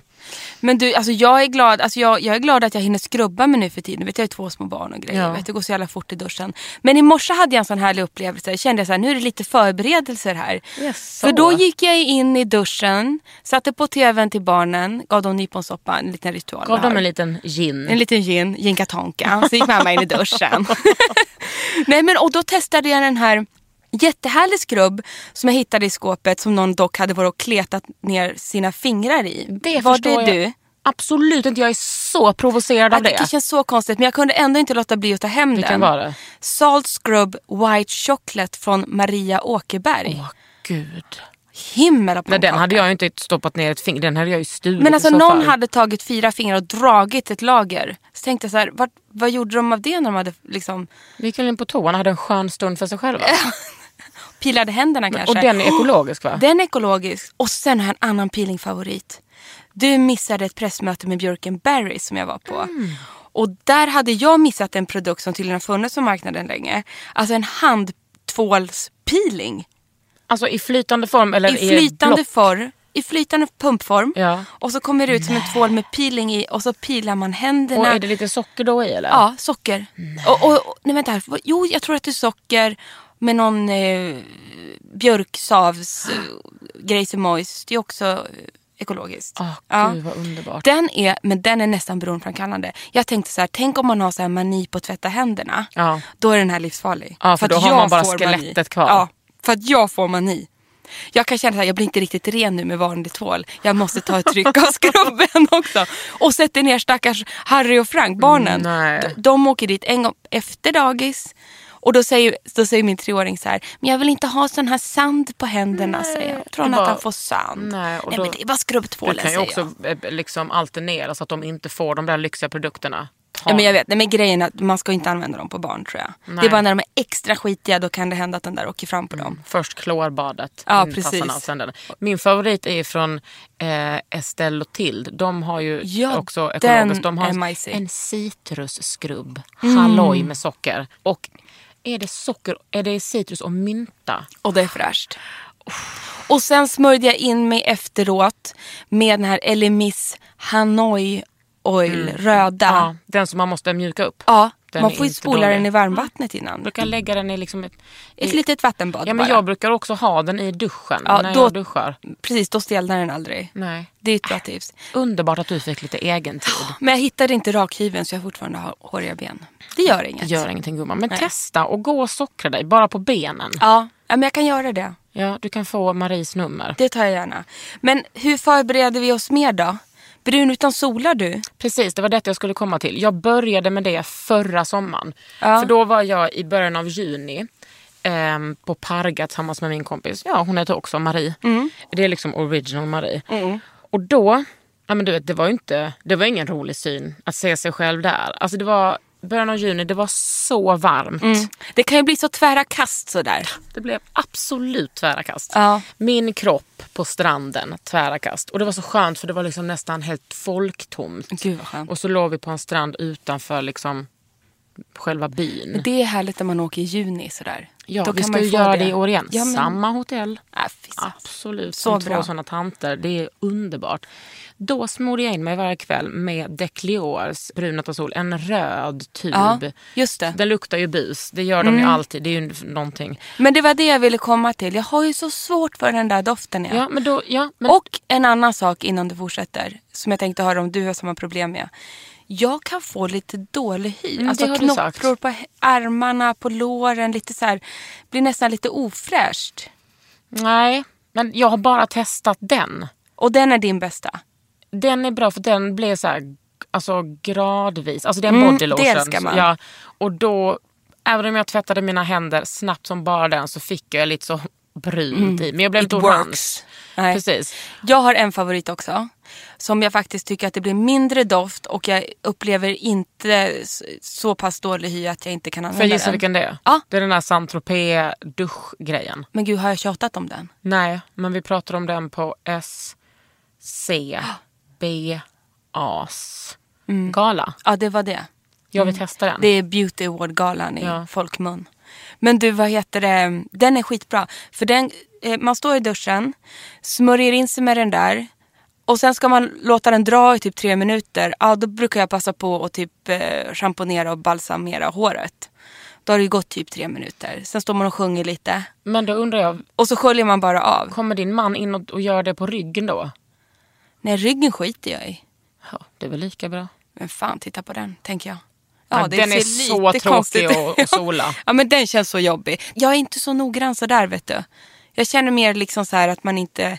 [SPEAKER 2] Men du, alltså jag, är glad, alltså jag, jag är glad att jag hinner skrubba mig nu för tiden. Vet, jag har ju två små barn och grejer.
[SPEAKER 1] Ja.
[SPEAKER 2] Vet, det går så jävla fort i duschen. Men i morse hade jag en sån härlig upplevelse. Jag kände så här, nu är det lite förberedelser här.
[SPEAKER 1] Jaså.
[SPEAKER 2] För då gick jag in i duschen, satte på tvn till barnen, gav dem nyponsoppa, en liten ritual.
[SPEAKER 1] Gav
[SPEAKER 2] jag har.
[SPEAKER 1] dem en liten gin.
[SPEAKER 2] En liten gin, ginka tonka. Så gick mamma in i duschen. Nej men och då testade jag den här jättehärlig skrubb som jag hittade i skåpet som någon dock hade varit och kletat ner sina fingrar i.
[SPEAKER 1] Det
[SPEAKER 2] Var
[SPEAKER 1] förstår
[SPEAKER 2] det
[SPEAKER 1] jag
[SPEAKER 2] du?
[SPEAKER 1] absolut inte. Jag är så provocerad av
[SPEAKER 2] Att det,
[SPEAKER 1] det.
[SPEAKER 2] känns så konstigt men jag kunde ändå inte låta bli att ta hem
[SPEAKER 1] Vilken
[SPEAKER 2] den.
[SPEAKER 1] var det?
[SPEAKER 2] Salt Scrub White Chocolate från Maria Åkerberg.
[SPEAKER 1] Åh gud.
[SPEAKER 2] Himmel och
[SPEAKER 1] Nej, den
[SPEAKER 2] pannkaka.
[SPEAKER 1] hade jag ju inte stoppat ner ett finger. Den hade jag ju stulit
[SPEAKER 2] Men alltså
[SPEAKER 1] i så
[SPEAKER 2] någon
[SPEAKER 1] fall.
[SPEAKER 2] hade tagit fyra fingrar och dragit ett lager. Så tänkte jag så här, vad, vad gjorde de av det när de hade liksom
[SPEAKER 1] Vi kan in på toan hade en skön stund för sig själva.
[SPEAKER 2] pilade händerna kanske?
[SPEAKER 1] och den är ekologisk va?
[SPEAKER 2] Den är ekologisk. Och sen har jag en annan peelingfavorit. Du missade ett pressmöte med Björken Berry som jag var på.
[SPEAKER 1] Mm.
[SPEAKER 2] Och där hade jag missat en produkt som tydligen har funnits på marknaden länge. Alltså en handtvålspeeling.
[SPEAKER 1] Alltså i flytande form eller
[SPEAKER 2] I flytande
[SPEAKER 1] block?
[SPEAKER 2] form i flytande pumpform
[SPEAKER 1] Ja.
[SPEAKER 2] och så kommer det ut som en tvål med peeling i och så pilar man händerna.
[SPEAKER 1] Och är det lite socker då i eller?
[SPEAKER 2] Ja, socker. Och, och, och, nej vänta, här. Vad- jo jag tror att det är socker med någon eh, björksavs eh, grej som moist. Det är också eh, ekologiskt.
[SPEAKER 1] Ah,
[SPEAKER 2] Ja.
[SPEAKER 1] Gud vad underbart.
[SPEAKER 2] Den är, men den är nästan beroendeframkallande. Jag tänkte så här, tänk om man har så här mani på att tvätta händerna.
[SPEAKER 1] Ja.
[SPEAKER 2] Då är den här livsfarlig.
[SPEAKER 1] Ja, för då
[SPEAKER 2] att
[SPEAKER 1] har
[SPEAKER 2] jag
[SPEAKER 1] man bara
[SPEAKER 2] får
[SPEAKER 1] skelettet
[SPEAKER 2] mani.
[SPEAKER 1] kvar.
[SPEAKER 2] Ja, för att jag får mani. Jag kan känna att jag blir inte riktigt ren nu med vanlig tvål. Jag måste ta ett tryck av skrubben också. Och sätter ner stackars Harry och Frank, barnen.
[SPEAKER 1] Nej.
[SPEAKER 2] De, de åker dit en gång efter dagis. Och då säger, då säger min treåring så här, men jag vill inte ha sån här sand på händerna, säger jag. Tror han
[SPEAKER 1] bara-
[SPEAKER 2] att han får sand?
[SPEAKER 1] Nej, och då-
[SPEAKER 2] men det är bara
[SPEAKER 1] Du
[SPEAKER 2] skrubbtvålen,
[SPEAKER 1] kan ju
[SPEAKER 2] säger jag.
[SPEAKER 1] också eh, liksom alternera så att de inte får de där lyxiga produkterna. Ta-
[SPEAKER 2] Ja, men jag vet, nej, men grejen är att man ska inte använda dem på barn tror jag.
[SPEAKER 1] Nej. Mm.
[SPEAKER 2] Det är bara när de är extra skitiga då kan det hända att den där åker fram på dem.
[SPEAKER 1] Först klorbadet,
[SPEAKER 2] Ja,
[SPEAKER 1] in tassarna
[SPEAKER 2] precis.
[SPEAKER 1] och sen den. Min favorit är från eh, Estelle och Tilde. De har ju
[SPEAKER 2] Ja,
[SPEAKER 1] också
[SPEAKER 2] den
[SPEAKER 1] ekologiskt. De har
[SPEAKER 2] är Mm.
[SPEAKER 1] en-
[SPEAKER 2] majsig.
[SPEAKER 1] en citrusskrubb, halloj med socker. Och är det socker, är det citrus och mynta?
[SPEAKER 2] Och det är fräscht. Och sen smörjde jag in mig efteråt med den här Elemis Hanoi Oil, röda.
[SPEAKER 1] Mm. Ja,
[SPEAKER 2] Ja,
[SPEAKER 1] den som man måste mjuka upp. Den
[SPEAKER 2] man
[SPEAKER 1] är
[SPEAKER 2] får ju
[SPEAKER 1] inte
[SPEAKER 2] spola
[SPEAKER 1] dålig.
[SPEAKER 2] den i varmvattnet innan.
[SPEAKER 1] Jag brukar lägga den i liksom ett...
[SPEAKER 2] Ett
[SPEAKER 1] i-
[SPEAKER 2] litet vattenbad
[SPEAKER 1] Ja, men
[SPEAKER 2] bara.
[SPEAKER 1] jag brukar också ha den i duschen
[SPEAKER 2] Ja,
[SPEAKER 1] när
[SPEAKER 2] då-
[SPEAKER 1] jag duschar.
[SPEAKER 2] Precis, då stelnar den aldrig.
[SPEAKER 1] Nej.
[SPEAKER 2] Det är ett bra tips.
[SPEAKER 1] Underbart att du fick lite egen tid.
[SPEAKER 2] Men jag hittade inte rakhyveln så jag fortfarande har håriga ben. Det gör inget.
[SPEAKER 1] Gör ingenting gumman. Men
[SPEAKER 2] Nej.
[SPEAKER 1] testa och gå och sockra dig, bara på benen.
[SPEAKER 2] Ja, ja, men jag kan göra det.
[SPEAKER 1] Ja, du kan få Maries nummer.
[SPEAKER 2] Det tar jag gärna. Men hur förbereder vi oss mer då? Brun utan solar du?
[SPEAKER 1] Precis, det var detta jag skulle komma till. Jag började med det förra sommaren.
[SPEAKER 2] Ja.
[SPEAKER 1] För då var jag i början av juni ehm, på Parga tillsammans med min kompis. Ja, hon heter också Marie.
[SPEAKER 2] Mm.
[SPEAKER 1] Det är liksom original Marie. Och då, ja, men du vet, det var ju inte, det var ingen rolig syn att se sig själv där. Alltså det var början av juni, det var så varmt.
[SPEAKER 2] Det kan ju bli så tvära kast sådär.
[SPEAKER 1] Det blev absolut tvära kast.
[SPEAKER 2] Ja.
[SPEAKER 1] Min kropp på stranden, tvära kast. Och det var så skönt för det var liksom nästan helt folktomt.
[SPEAKER 2] Gud vad skönt.
[SPEAKER 1] Och så låg vi på en strand utanför liksom själva byn.
[SPEAKER 2] Det är härligt när man åker i juni sådär.
[SPEAKER 1] Ja,
[SPEAKER 2] Då
[SPEAKER 1] vi
[SPEAKER 2] kan
[SPEAKER 1] ska
[SPEAKER 2] man
[SPEAKER 1] ju
[SPEAKER 2] få
[SPEAKER 1] göra det i år igen.
[SPEAKER 2] Ja, men,
[SPEAKER 1] Samma hotell.
[SPEAKER 2] Äh, fissa.
[SPEAKER 1] Absolut.
[SPEAKER 2] Så
[SPEAKER 1] Som
[SPEAKER 2] bra.
[SPEAKER 1] två sådana tanter. Det är underbart. Då smorde jag in mig varje kväll med Decliors bruna sol. En röd tub.
[SPEAKER 2] Ja, just det. Mm.
[SPEAKER 1] Den luktar ju bus. Det gör de ju alltid. Det är ju någonting.
[SPEAKER 2] Men det var det jag ville komma till. Jag har ju så svårt för den där doften. Ja.
[SPEAKER 1] Ja, men då, ja, men,
[SPEAKER 2] Och en annan sak innan du fortsätter. Som jag tänkte höra om du har samma problem med. Jag kan få lite dålig hy.
[SPEAKER 1] Mm, det
[SPEAKER 2] alltså
[SPEAKER 1] har du sagt.
[SPEAKER 2] knoppror på h- armarna, på låren. Lite så här, blir nästan lite ofräscht.
[SPEAKER 1] nej, men jag har bara testat den.
[SPEAKER 2] Och den är din bästa.
[SPEAKER 1] Den är bra för den blir så här, alltså gradvis. Alltså det är en
[SPEAKER 2] Mm,
[SPEAKER 1] body lotion.
[SPEAKER 2] det älskar man.
[SPEAKER 1] Ja, och då, även om jag tvättade mina händer snabbt som bara den så fick jag lite så brunt i. Men jag blev
[SPEAKER 2] Mm. It
[SPEAKER 1] inte orange.
[SPEAKER 2] works. Nej.
[SPEAKER 1] Precis.
[SPEAKER 2] Jag har en favorit också. Som jag faktiskt tycker att det blir mindre doft och jag upplever inte s- så pass dålig hy att jag inte kan
[SPEAKER 1] Får jag
[SPEAKER 2] använda
[SPEAKER 1] gissa
[SPEAKER 2] den.
[SPEAKER 1] vilken det är?
[SPEAKER 2] Ja.
[SPEAKER 1] Det är den där Saint Tropez duschgrejen.
[SPEAKER 2] Men gud, har jag tjatat om den?
[SPEAKER 1] Nej, men vi pratar om den på SCBAs gala.
[SPEAKER 2] Ja, det var det.
[SPEAKER 1] Jag vill testa den.
[SPEAKER 2] Mm. Det är Beauty Award-galan i
[SPEAKER 1] Ja.
[SPEAKER 2] folkmun. Men du, vad heter det? Den är skitbra. För den, eh, man står i duschen, smörjer in sig med den där och sen ska man låta den dra i typ tre minuter. Ja, då brukar jag passa på att typ eh, schamponera och balsamera håret. Då har det ju gått typ tre minuter. Sen står man och sjunger lite
[SPEAKER 1] Men då undrar jag,
[SPEAKER 2] och så sköljer man bara av.
[SPEAKER 1] kommer din man in och, och gör det på ryggen då?
[SPEAKER 2] Nej, ryggen skiter jag i.
[SPEAKER 1] Ja, det är väl lika bra.
[SPEAKER 2] Men fan, titta på den, tänker jag.
[SPEAKER 1] Ja, den är
[SPEAKER 2] ser
[SPEAKER 1] så
[SPEAKER 2] lite
[SPEAKER 1] tråkig
[SPEAKER 2] konstigt
[SPEAKER 1] att-
[SPEAKER 2] ut.
[SPEAKER 1] att sola.
[SPEAKER 2] ja, men den känns så jobbig. Jag är inte så noggrann så där, vet du. Jag känner mer liksom så här att man inte...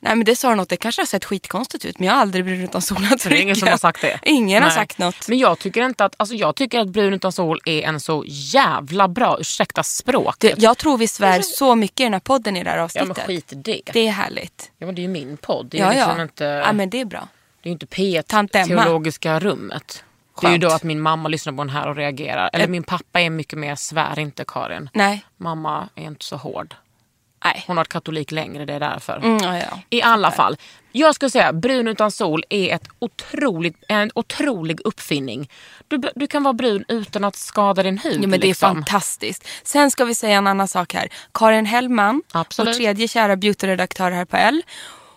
[SPEAKER 2] Nej, men det sa du något. Det kanske har sett skitkonstigt ut, men jag har aldrig brunt utan
[SPEAKER 1] Så det är
[SPEAKER 2] solavtrycken.
[SPEAKER 1] ingen som har sagt det.
[SPEAKER 2] Ingen har
[SPEAKER 1] Nej.
[SPEAKER 2] sagt något.
[SPEAKER 1] Men jag tycker inte att, alltså jag tycker att brun utan sol är en så jävla bra, ursäkta
[SPEAKER 2] Du,
[SPEAKER 1] språket.
[SPEAKER 2] jag tror vi svär så mycket i den här podden i det här
[SPEAKER 1] ja
[SPEAKER 2] avsnittet.
[SPEAKER 1] men skit i det.
[SPEAKER 2] Det är härligt.
[SPEAKER 1] Ja men det är ju min podd. Det är
[SPEAKER 2] Ja,
[SPEAKER 1] ju liksom
[SPEAKER 2] ja.
[SPEAKER 1] inte,
[SPEAKER 2] ja, men det är bra.
[SPEAKER 1] det är ju inte
[SPEAKER 2] Tant
[SPEAKER 1] P1
[SPEAKER 2] Emma.
[SPEAKER 1] teologiska rummet. Det är ju
[SPEAKER 2] Skönt.
[SPEAKER 1] då att min mamma lyssnar på den här och reagerar. Eller min pappa är mycket mer svär inte Karin.
[SPEAKER 2] Nej,
[SPEAKER 1] Mamma är inte så hård.
[SPEAKER 2] nej.
[SPEAKER 1] Hon har varit katolik längre, det är därför.
[SPEAKER 2] Mm, ja, ja.
[SPEAKER 1] I alla fall. Jag skulle säga brun utan sol är ett otroligt, en otrolig uppfinning. Du, du kan vara brun utan att skada din hud.
[SPEAKER 2] Ja, men det är
[SPEAKER 1] liksom.
[SPEAKER 2] fantastiskt. Sen ska vi säga en annan sak här. Karin Hellman,
[SPEAKER 1] Absolut.
[SPEAKER 2] vår tredje kära beautyredaktör här på L.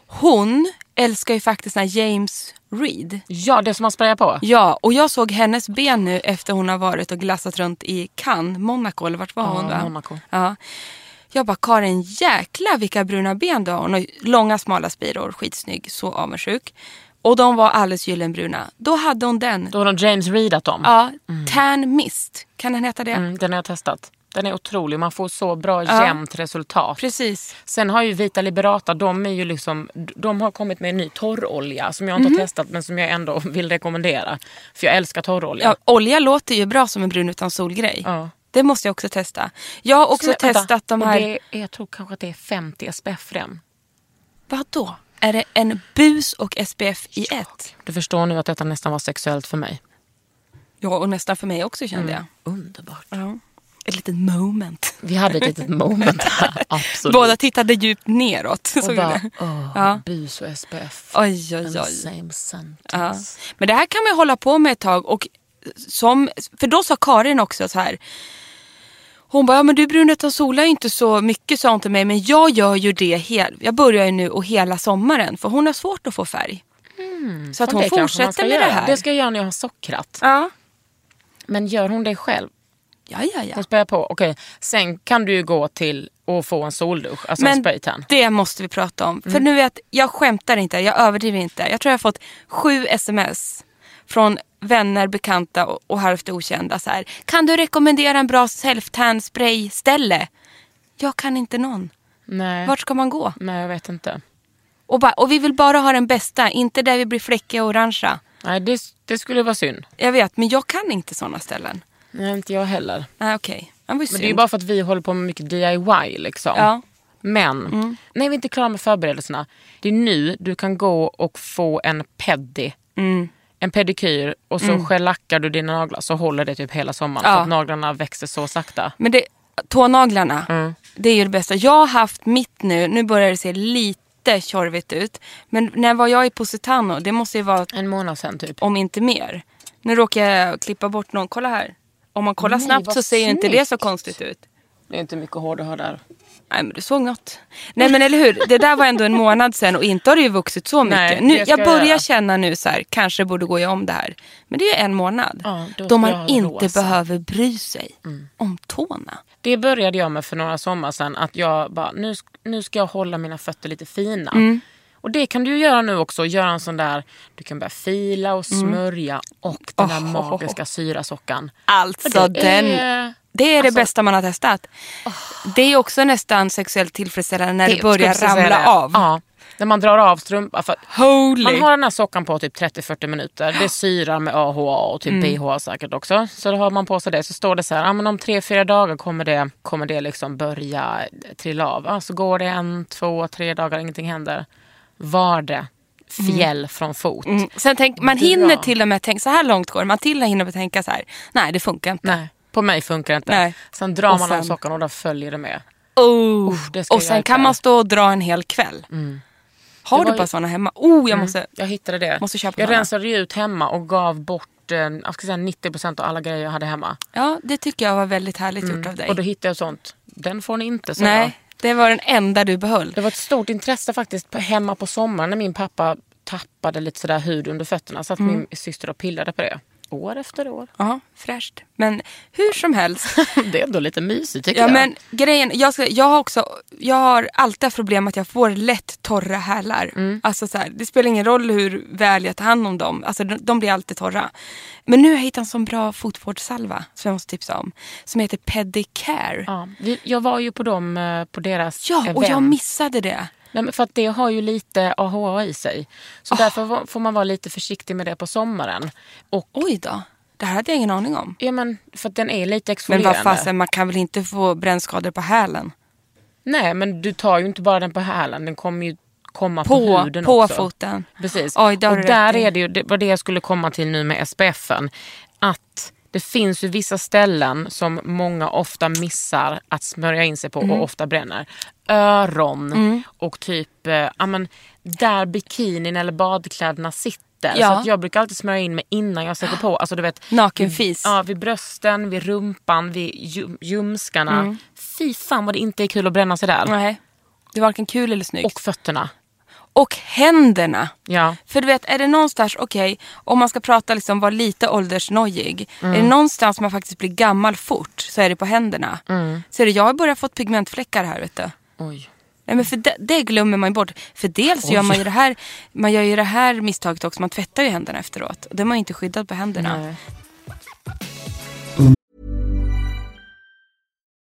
[SPEAKER 2] Hon älskar ju faktiskt den här James Reed.
[SPEAKER 1] Ja, det som man sprayar på.
[SPEAKER 2] Ja, och jag såg hennes ben nu efter hon har varit och glassat runt i Cannes, Monaco eller vart var
[SPEAKER 1] Ja,
[SPEAKER 2] hon? va?
[SPEAKER 1] Monaco.
[SPEAKER 2] Ja. Jag bara, Karin jäkla vilka bruna ben du har. Hon har ju långa smala spiror, skitsnygg, så avundsjuk. Och de var alldeles gyllenbruna. Då hade hon den.
[SPEAKER 1] Då har de James Reedat dem.
[SPEAKER 2] Ja, Tan Mist. Kan den heta det?
[SPEAKER 1] Mm, den har jag testat. Den är otrolig. Man får så bra
[SPEAKER 2] Ja.
[SPEAKER 1] jämnt resultat.
[SPEAKER 2] Precis.
[SPEAKER 1] Sen har ju Vita Liberata, de, är ju liksom, de har kommit med en ny torrolja som jag inte
[SPEAKER 2] Mhm.
[SPEAKER 1] har testat men som jag ändå vill rekommendera. För jag älskar torrolja.
[SPEAKER 2] Ja, olja låter ju bra som en brun utan sol-grej.
[SPEAKER 1] Ja.
[SPEAKER 2] Det måste jag också testa. Jag har också
[SPEAKER 1] Sen- vänta,
[SPEAKER 2] testat de
[SPEAKER 1] och
[SPEAKER 2] här...
[SPEAKER 1] Det, är- jag tror kanske att det är 50 SPF i den.
[SPEAKER 2] Vadå? Är det en bus och SPF i ett?
[SPEAKER 1] Du förstår nu att detta nästan var sexuellt för mig.
[SPEAKER 2] Ja, och nästan för mig också kände
[SPEAKER 1] Mm.
[SPEAKER 2] jag.
[SPEAKER 1] Underbart.
[SPEAKER 2] Ja. Ett litet moment.
[SPEAKER 1] Vi hade ett litet moment här. Absolut.
[SPEAKER 2] Båda tittade djupt neråt. Såg
[SPEAKER 1] och
[SPEAKER 2] du
[SPEAKER 1] bara,
[SPEAKER 2] det?
[SPEAKER 1] åh,
[SPEAKER 2] Ja.
[SPEAKER 1] bus och SPF.
[SPEAKER 2] Oj,
[SPEAKER 1] And
[SPEAKER 2] oj,
[SPEAKER 1] the
[SPEAKER 2] oj.
[SPEAKER 1] Same
[SPEAKER 2] Ja.
[SPEAKER 1] sentence.
[SPEAKER 2] Men det här kan man ju hålla på med ett tag. Och som, för då sa Karin också så här. Hon bara, ja men du brun utan solar ju inte så mycket sa hon till mig. Men jag gör ju det, hel, jag börjar ju nu och hela sommaren. För hon har svårt att få färg. så att
[SPEAKER 1] Fan,
[SPEAKER 2] hon
[SPEAKER 1] Mm. det kanske man ska
[SPEAKER 2] fortsätter med
[SPEAKER 1] göra.
[SPEAKER 2] det här.
[SPEAKER 1] Det ska jag göra när jag har sockrat.
[SPEAKER 2] Ja.
[SPEAKER 1] Men gör hon det själv?
[SPEAKER 2] Ja, ja, ja.
[SPEAKER 1] Hon spöar på. Okej, sen kan du ju gå till och få en soldusch, alltså en spraytan. Mm.
[SPEAKER 2] det måste vi prata om. För nu vet, jag skämtar inte, jag överdriver inte. Jag tror jag har fått sju sms från vänner, bekanta och, och halvt okända. Så här, kan du rekommendera en bra self-tan spray-ställe? Jag kan inte någon.
[SPEAKER 1] Nej.
[SPEAKER 2] Vart ska man gå?
[SPEAKER 1] Nej, jag vet inte.
[SPEAKER 2] Och, bara, och vi vill bara ha den bästa, inte där vi blir fläckiga och orangea.
[SPEAKER 1] Nej, det, det skulle vara synd.
[SPEAKER 2] Jag vet, men jag kan inte såna ställen.
[SPEAKER 1] Nej, inte jag heller.
[SPEAKER 2] Nej, okej. Det var ju
[SPEAKER 1] Men det är ju
[SPEAKER 2] synd.
[SPEAKER 1] bara för att vi håller på med mycket DIY. Liksom.
[SPEAKER 2] Ja.
[SPEAKER 1] Men, nej vi är inte klara med förberedelserna. Det är nu du kan gå och få en peddi. En pedikyr och så gelackar du dina naglar så håller det typ hela sommaren.
[SPEAKER 2] Ja.
[SPEAKER 1] För att naglarna växer så sakta.
[SPEAKER 2] Men det, tånaglarna,
[SPEAKER 1] Mm.
[SPEAKER 2] det är ju det bästa. Jag har haft mitt nu, nu börjar det se lite tjorvigt ut. Men när var jag i Positano? Det måste ju vara
[SPEAKER 1] En månad sen typ.
[SPEAKER 2] om inte mer. Nu råkar jag klippa bort någon. Kolla här. Om man kollar
[SPEAKER 1] Nej,
[SPEAKER 2] snabbt
[SPEAKER 1] vad
[SPEAKER 2] så ser ju inte det
[SPEAKER 1] snyggt.
[SPEAKER 2] så konstigt ut.
[SPEAKER 1] Det är inte mycket hår du har där.
[SPEAKER 2] Nej men du såg något. Nej men eller hur, det där var ändå en månad sedan och inte har det ju vuxit så mycket.
[SPEAKER 1] Nej,
[SPEAKER 2] nu,
[SPEAKER 1] det ska
[SPEAKER 2] jag
[SPEAKER 1] jag
[SPEAKER 2] börjar
[SPEAKER 1] göra.
[SPEAKER 2] känna nu så här, kanske borde gå om det här. Men det är ju en månad.
[SPEAKER 1] Ja, då
[SPEAKER 2] då
[SPEAKER 1] ska
[SPEAKER 2] man
[SPEAKER 1] jag
[SPEAKER 2] inte
[SPEAKER 1] rosa. Mm.
[SPEAKER 2] behöver bry sig om tårna.
[SPEAKER 1] Det började jag med för några sommar sedan. Att jag bara, nu, sk- nu ska jag hålla mina fötter lite fina. Och det kan du ju göra nu också. Göra en sån där, du kan börja fila och smörja och den där
[SPEAKER 2] Oh.
[SPEAKER 1] magiska syrasockan.
[SPEAKER 2] Alltså
[SPEAKER 1] För det
[SPEAKER 2] den...
[SPEAKER 1] är-
[SPEAKER 2] Det är
[SPEAKER 1] Alltså-
[SPEAKER 2] det bästa man har testat. Det är också nästan sexuellt tillfredsställande när det,
[SPEAKER 1] Jag skulle
[SPEAKER 2] börjar
[SPEAKER 1] precis säga
[SPEAKER 2] ramla
[SPEAKER 1] det.
[SPEAKER 2] av.
[SPEAKER 1] Ja, när man drar av strumpan. För att
[SPEAKER 2] Holy!
[SPEAKER 1] man har den här sockan på typ 30-40 minuter. Det syrar med AHA och
[SPEAKER 2] Mm.
[SPEAKER 1] typ BHA säkert också. Så då har man på sig det. Så står det så här, ah, men om 3-4 dagar kommer det, kommer det liksom börja trilla av. Ah, så går det en, två, tre dagar, ingenting händer. Var det fjäll från fot?
[SPEAKER 2] Mm. Sen tänk, man
[SPEAKER 1] Bra.
[SPEAKER 2] hinner till och med tänka, så här långt går det, man till och med hinner med tänka så här, nej det funkar inte.
[SPEAKER 1] Nej, på mig funkar det inte.
[SPEAKER 2] Nej.
[SPEAKER 1] Sen drar
[SPEAKER 2] Och
[SPEAKER 1] man av
[SPEAKER 2] sen-
[SPEAKER 1] sockan och då följer det med.
[SPEAKER 2] Oh.
[SPEAKER 1] Mm. det ska
[SPEAKER 2] och sen
[SPEAKER 1] jag
[SPEAKER 2] kan
[SPEAKER 1] göra. Mm.
[SPEAKER 2] man stå och dra en hel kväll. Har
[SPEAKER 1] Det var
[SPEAKER 2] du bara
[SPEAKER 1] ju- Mm.
[SPEAKER 2] såna hemma? Oh, jag måste...
[SPEAKER 1] Jag hittade det.
[SPEAKER 2] Måste köpa
[SPEAKER 1] jag
[SPEAKER 2] såna.
[SPEAKER 1] rensade ju ut hemma och gav bort eh, jag ska säga 90% av alla grejer jag hade hemma.
[SPEAKER 2] Ja, det tycker jag var väldigt härligt gjort av
[SPEAKER 1] Mm. Och då
[SPEAKER 2] dig.
[SPEAKER 1] hittade jag sånt. Den får ni inte, så jag.
[SPEAKER 2] Nej, det var den enda du behöll.
[SPEAKER 1] Det var ett stort intresse faktiskt på, hemma på sommaren när min pappa tappade lite sådär hud under fötterna. Så att min syster och pillade på det. År efter år.
[SPEAKER 2] Ja, fräscht. Men hur som helst.
[SPEAKER 1] det är ändå lite mysigt tycker
[SPEAKER 2] Ja,
[SPEAKER 1] jag.
[SPEAKER 2] men grejen, jag, ska, jag, har också, jag har alltid haft problem att jag får lätt torra hälar.
[SPEAKER 1] Mm.
[SPEAKER 2] Alltså så här, det spelar ingen roll hur väl jag tar hand om dem, alltså, de, de blir alltid torra. Men nu har jag hittat en sån bra fotvårdssalva som jag måste tipsa om. Som heter Pedicare.
[SPEAKER 1] Ja,
[SPEAKER 2] Ja,
[SPEAKER 1] vi, jag var ju på dem eh, på deras event.
[SPEAKER 2] och jag missade det.
[SPEAKER 1] Nej, men för att det har ju lite AHA i sig. Så därför va- får man vara lite försiktig med det på sommaren. Och
[SPEAKER 2] Oj då, det här hade jag ingen aning om.
[SPEAKER 1] ja, men, för att den är lite
[SPEAKER 2] Men
[SPEAKER 1] exfolierande.
[SPEAKER 2] vad fasen, man kan väl inte få brännskador på hälen?
[SPEAKER 1] Nej men du tar ju inte bara den på hälen. Den kommer ju komma på,
[SPEAKER 2] På,
[SPEAKER 1] huden
[SPEAKER 2] på
[SPEAKER 1] också.
[SPEAKER 2] foten.
[SPEAKER 1] Precis.
[SPEAKER 2] Oj, det har
[SPEAKER 1] och
[SPEAKER 2] du rätt
[SPEAKER 1] där
[SPEAKER 2] i.
[SPEAKER 1] är det ju, det var det jag skulle komma till nu med SPFen. Att det finns ju vissa ställen som många ofta missar att smörja in sig på
[SPEAKER 2] Mm.
[SPEAKER 1] och ofta bränner. Öron och typ, eh, ja men där bikinin eller badkläderna sitter.
[SPEAKER 2] Ja.
[SPEAKER 1] Så att jag brukar alltid smörja in mig innan jag sätter på. Alltså du vet,
[SPEAKER 2] Nakenfis.
[SPEAKER 1] Ja, vid brösten, vid rumpan, vid ljum- ljumskarna.
[SPEAKER 2] Mm.
[SPEAKER 1] Fy fan vad det inte är kul att bränna sig där.
[SPEAKER 2] Nej, det är varken kul eller snyggt.
[SPEAKER 1] Och fötterna.
[SPEAKER 2] Och händerna.
[SPEAKER 1] Ja.
[SPEAKER 2] För du vet, är det någonstans, okej, om man ska prata liksom vara lite åldersnojig. Är
[SPEAKER 1] Mm.
[SPEAKER 2] det någonstans man faktiskt blir gammal fort så är det på händerna.
[SPEAKER 1] Mm.
[SPEAKER 2] Ser du, jag har börjat fått pigmentfläckar här vet du.
[SPEAKER 1] Oj.
[SPEAKER 2] Nej, men för det, det glömmer man ju bort. För dels gör man ju det här, man gör ju det här misstaget också, man tvättar ju händerna efteråt. Och Det är man ju inte skyddad på händerna.
[SPEAKER 1] Nej.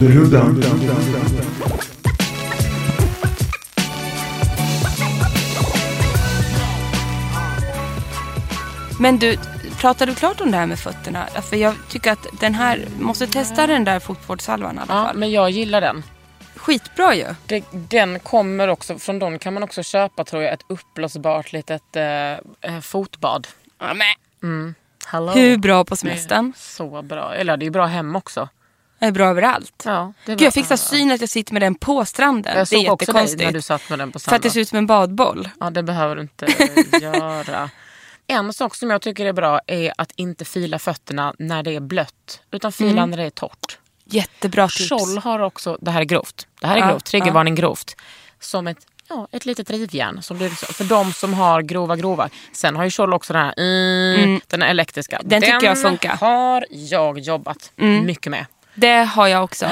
[SPEAKER 4] Underhuden.
[SPEAKER 2] Men du, pratar du klart om det här med fötterna? För jag tycker att den här, måste testa den där fotvårdssalvan i alla
[SPEAKER 1] Ja,
[SPEAKER 2] fall.
[SPEAKER 1] men jag gillar den.
[SPEAKER 2] Skitbra ju.
[SPEAKER 1] Det, den kommer också, från dem kan man också köpa tror jag ett uppblåsbart litet eh, eh, fotbad. Hallå.
[SPEAKER 2] Hur bra på semestern?
[SPEAKER 1] Så bra. Eller det är ju bra hem också.
[SPEAKER 2] Det är bra överallt.
[SPEAKER 1] Ja, det är
[SPEAKER 2] Gud,
[SPEAKER 1] bra.
[SPEAKER 2] jag fick så här syn att jag sitter med den på stranden.
[SPEAKER 1] Jag såg
[SPEAKER 2] det är
[SPEAKER 1] också dig
[SPEAKER 2] jättekonstigt.
[SPEAKER 1] när du satt med den på
[SPEAKER 2] För att
[SPEAKER 1] stranden.
[SPEAKER 2] det ser ut som en badboll.
[SPEAKER 1] Ja, det behöver du inte göra. En sak som jag tycker är bra är att inte fila fötterna när det är blött. Utan fila när det är torrt.
[SPEAKER 2] Jättebra tips.
[SPEAKER 1] Scholl har också, det här är grovt, det här är
[SPEAKER 2] Ja,
[SPEAKER 1] grovt, triggervarning grovt. Som ett, ja, ett litet rivjärn. Som blir, för de som har grova grova. Sen har ju Scholl också den här, eh, den här elektriska.
[SPEAKER 2] Mm. Den tycker jag funkar. Mm.
[SPEAKER 1] har jag jobbat mycket med.
[SPEAKER 2] Det har jag också.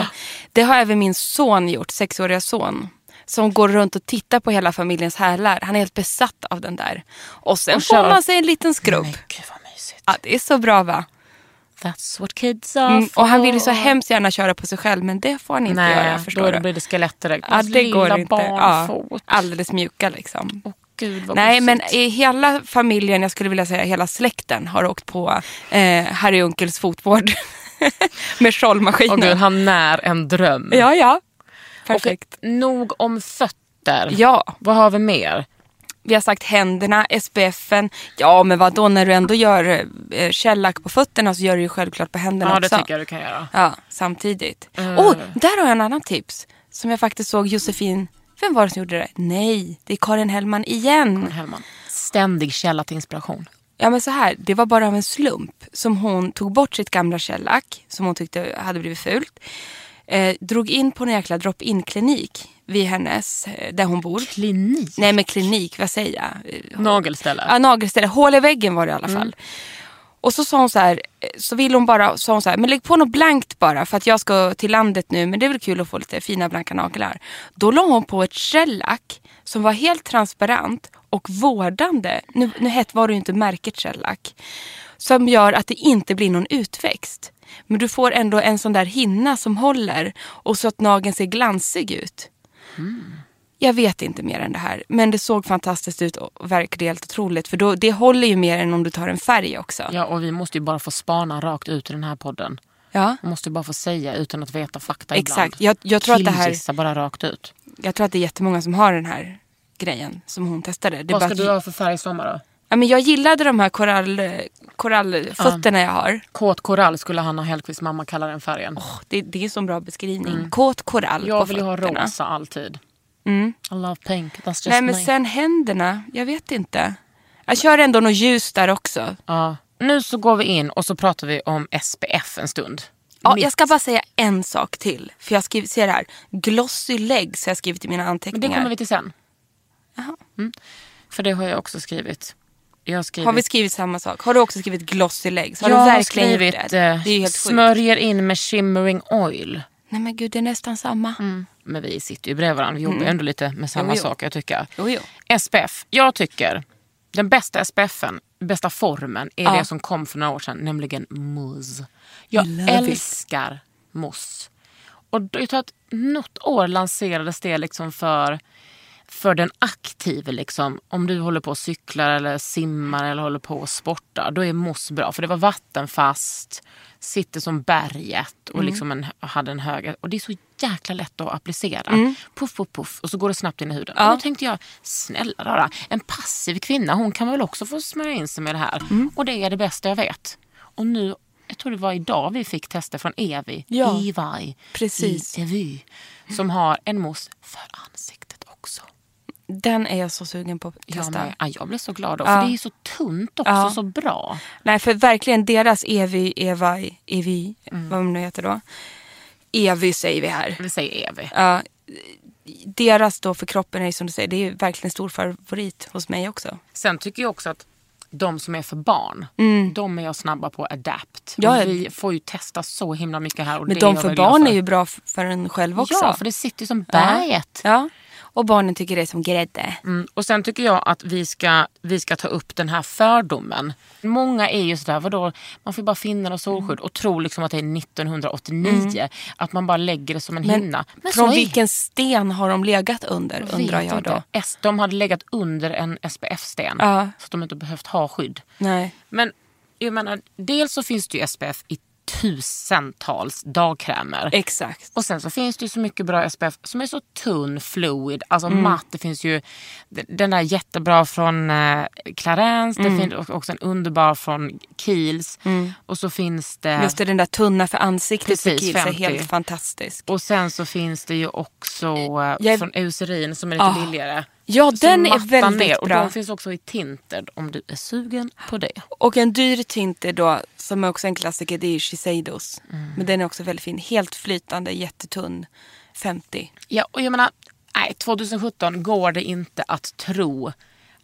[SPEAKER 2] Det har även min son gjort, sexåriga son. Som går runt och tittar på hela familjens hälar. Han är helt besatt av den där. Och sen
[SPEAKER 1] Och
[SPEAKER 2] får
[SPEAKER 1] kör.
[SPEAKER 2] man sig en liten skrubb.
[SPEAKER 1] Men gud vad mysigt.
[SPEAKER 2] Ja, det är så bra va?
[SPEAKER 1] That's what kids are
[SPEAKER 2] Mm, och han vill ju så
[SPEAKER 1] for.
[SPEAKER 2] hemskt gärna köra på sig själv men det får han inte göra. Förstår
[SPEAKER 1] då
[SPEAKER 2] du?
[SPEAKER 1] blir det skelett direkt.
[SPEAKER 2] ja,
[SPEAKER 1] Hans
[SPEAKER 2] det går
[SPEAKER 1] lilla
[SPEAKER 2] inte. Ja,
[SPEAKER 1] barnfot.
[SPEAKER 2] alldeles mjuka liksom.
[SPEAKER 1] Åh, gud vad
[SPEAKER 2] Nej men
[SPEAKER 1] mysigt.
[SPEAKER 2] i hela familjen, jag skulle vilja säga hela släkten har åkt på eh, Harry Unkels fotvård. med
[SPEAKER 1] Åh gud,
[SPEAKER 2] sköldmaskinen.
[SPEAKER 1] han när en dröm.
[SPEAKER 2] Ja ja.
[SPEAKER 1] Och
[SPEAKER 2] Perfekt.
[SPEAKER 1] nog om fötter.
[SPEAKER 2] Ja.
[SPEAKER 1] Vad har vi mer?
[SPEAKER 2] Vi har sagt händerna, SPFen. Ja, men vad då när du ändå gör eh, källack på fötterna så gör du ju självklart på händerna
[SPEAKER 1] Ja, det
[SPEAKER 2] också.
[SPEAKER 1] tycker jag Mm. du kan göra.
[SPEAKER 2] Ja, samtidigt. Åh, Oh, där har jag en annan tips. Som jag faktiskt såg Josefin... Vem var det som gjorde det? Nej, det är Karin Hellman igen.
[SPEAKER 1] Hellman. Ständig källa till inspiration.
[SPEAKER 2] Ja, men så här. Det var bara av en slump som hon tog bort sitt gamla källack som hon tyckte hade blivit fult. Eh, drog in på en jäkla drop-in-klinik vid hennes, eh, där hon bor.
[SPEAKER 1] Klinik.
[SPEAKER 2] Nej, men klinik, vad säger jag? Eh,
[SPEAKER 1] Nagelställe.
[SPEAKER 2] Ja, nagelställe. Hål i väggen var det i alla fall. Och så sa hon så här, eh, så vill hon bara, sa hon så här, men lägg på något blankt bara för att jag ska till landet nu men det är väl kul att få lite fina blanka naglar. Då la hon på ett shellack som var helt transparent och vårdande. Nu, nu hett var det ju inte märket shellack. Som gör att det inte blir någon utväxt. Men du får ändå en sån där hinna som håller och så att nageln ser glansig ut. Jag vet inte mer än det här, men det såg fantastiskt ut och verkade helt otroligt. För då, det håller ju mer än om du tar en färg också.
[SPEAKER 1] Ja, och vi måste ju bara få spana rakt ut i den här podden.
[SPEAKER 2] Ja,
[SPEAKER 1] Man måste ju bara få säga utan att veta fakta
[SPEAKER 2] exakt.
[SPEAKER 1] ibland.
[SPEAKER 2] Jag, jag, tror att det här,
[SPEAKER 1] Killgissa bara rakt ut.
[SPEAKER 2] jag tror att det är jättemånga som har den här grejen som hon testade. Det är
[SPEAKER 1] Vad
[SPEAKER 2] bara
[SPEAKER 1] ska
[SPEAKER 2] att-
[SPEAKER 1] du ha för färg i sommar då?
[SPEAKER 2] ja, men jag gillade de här korall, korallfötterna jag har.
[SPEAKER 1] Kåt korall skulle Hanna Hellquists mamma kalla den färgen.
[SPEAKER 2] Åh, det, det är en sån bra beskrivning. Kåt korall på
[SPEAKER 1] Mm. jag vill ju ha
[SPEAKER 2] fötterna.
[SPEAKER 1] rosa alltid.
[SPEAKER 2] Mm.
[SPEAKER 1] I love pink, that's just
[SPEAKER 2] Nej, men
[SPEAKER 1] me.
[SPEAKER 2] sen händerna. Jag vet inte. Jag kör ändå något ljus där också.
[SPEAKER 1] Ja. Nu så går vi in och så pratar vi om SPF en stund.
[SPEAKER 2] Ja,
[SPEAKER 5] mitt.
[SPEAKER 2] jag ska bara säga en sak till. För jag har skrivit, ser det här. Glossy legs har jag skrivit i mina
[SPEAKER 1] Men det
[SPEAKER 2] anteckningar.
[SPEAKER 1] kommer vi till sen.
[SPEAKER 2] Jaha.
[SPEAKER 1] Mm. För det har jag också skrivit. Jag har skrivit,
[SPEAKER 2] Har vi skrivit samma sak? Har du också skrivit glossy legs? Har
[SPEAKER 1] jag
[SPEAKER 2] du
[SPEAKER 1] har
[SPEAKER 2] verkligen
[SPEAKER 1] skrivit
[SPEAKER 2] gjort det? Det
[SPEAKER 1] eh,
[SPEAKER 2] är ju helt sjukt.
[SPEAKER 1] smörjer in med shimmering oil.
[SPEAKER 2] Nej men gud, det är nästan samma.
[SPEAKER 1] Mm. Men vi sitter ju bredvid varandra, vi jobbar ju ändå lite med samma
[SPEAKER 2] Mm. Jo, jo.
[SPEAKER 1] sak jag tycker.
[SPEAKER 2] Jo, jo.
[SPEAKER 1] SPF, jag tycker den bästa SPFen, bästa formen är det som kom för några år sedan, nämligen mousse. Jag älskar mousse. Och då- jag tror att något år lanserades det liksom för, för den aktive. Liksom. Om du håller på och cyklar eller simmar eller håller på och sportar, då är mousse bra. För det var vattenfast, sitter som berget
[SPEAKER 2] Mm.
[SPEAKER 1] och liksom en, hade en hög... Och det är så jäkla lätt att applicera.
[SPEAKER 2] Mm.
[SPEAKER 1] Puff, puff, puff. Och så går det snabbt in i huden. Och då tänkte jag, snälla rara, en passiv kvinna, hon kan väl också få smörja in sig med det här.
[SPEAKER 2] Mm.
[SPEAKER 1] Och det är det bästa jag vet. Och nu, jag tror det var idag vi fick tester från Evi.
[SPEAKER 2] Ja.
[SPEAKER 1] Evi.
[SPEAKER 2] Precis.
[SPEAKER 1] Evi. Som har en mousse för ansiktet också.
[SPEAKER 2] Den är jag så sugen på att
[SPEAKER 1] Jag,
[SPEAKER 2] testa.
[SPEAKER 1] med, Ja, jag blev så glad då,
[SPEAKER 2] Ja.
[SPEAKER 1] för det är så tunt också,
[SPEAKER 2] Ja.
[SPEAKER 1] så bra.
[SPEAKER 2] Nej, för verkligen deras Evi, Evai, Evi,
[SPEAKER 1] Mm.
[SPEAKER 2] vad de nu heter då. Evi säger vi här.
[SPEAKER 1] Vi säger Evi.
[SPEAKER 2] Ja, deras då för kroppen är ju som du säger, det är ju verkligen en stor favorit hos mig också.
[SPEAKER 1] Sen tycker jag också att de som är för barn,
[SPEAKER 2] Mm.
[SPEAKER 1] de är jag snabba på att adapt.
[SPEAKER 2] Ja,
[SPEAKER 1] Och vi får ju testa så himla mycket här. Och
[SPEAKER 2] Men
[SPEAKER 1] det
[SPEAKER 2] de
[SPEAKER 1] jag
[SPEAKER 2] för
[SPEAKER 1] glad
[SPEAKER 2] barn
[SPEAKER 1] för.
[SPEAKER 2] är ju bra f- för en själv också.
[SPEAKER 1] Ja, för det sitter ju som berget.
[SPEAKER 2] Ja. Och barnen tycker det är som grädde.
[SPEAKER 1] Mm. Och sen tycker jag att vi ska, vi ska ta upp den här fördomen. Många är ju sådär, vadå, man får ju bara finnar och solskydd och tror liksom att det är 1989. Att man bara lägger det som en hinna. Mm. Men så
[SPEAKER 2] från
[SPEAKER 1] är
[SPEAKER 2] vilken sten har de legat under undrar
[SPEAKER 1] vet
[SPEAKER 2] jag
[SPEAKER 1] inte.
[SPEAKER 2] då.
[SPEAKER 1] S- De hade legat under en SPF-sten.
[SPEAKER 2] Ja.
[SPEAKER 1] Så att de inte behövt ha skydd.
[SPEAKER 2] Nej.
[SPEAKER 1] Men jag menar, dels så finns det ju SPF i tusentals dagkrämer.
[SPEAKER 2] Exakt.
[SPEAKER 1] Och sen så finns det ju så mycket bra SPF som är så tunn fluid, alltså
[SPEAKER 2] Mm.
[SPEAKER 1] matt. Det finns ju d- den där jättebra från eh, Clarence,
[SPEAKER 2] Mm.
[SPEAKER 1] det finns o- också en underbar från Kiehl's. Och så finns det...
[SPEAKER 2] Just det, den där tunna för ansiktet för
[SPEAKER 1] Precis,
[SPEAKER 2] kills är
[SPEAKER 1] 50.
[SPEAKER 2] helt fantastisk.
[SPEAKER 1] Och sen så finns det ju också eh,
[SPEAKER 2] Jag-
[SPEAKER 1] från Eucerin som är lite
[SPEAKER 2] Ah.
[SPEAKER 1] billigare.
[SPEAKER 2] Ja,
[SPEAKER 1] Som
[SPEAKER 2] den är
[SPEAKER 1] mattar
[SPEAKER 2] väldigt
[SPEAKER 1] ner. Och
[SPEAKER 2] bra.
[SPEAKER 1] de finns också i tinted om du är sugen på det.
[SPEAKER 2] Och en dyr tinter då, som är också en klassiker, det är ju Shiseidos.
[SPEAKER 1] Mm.
[SPEAKER 2] Men den är också väldigt fin. Helt flytande, jättetunn. 50.
[SPEAKER 1] Ja, och jag menar, nej, 2017 går det inte att tro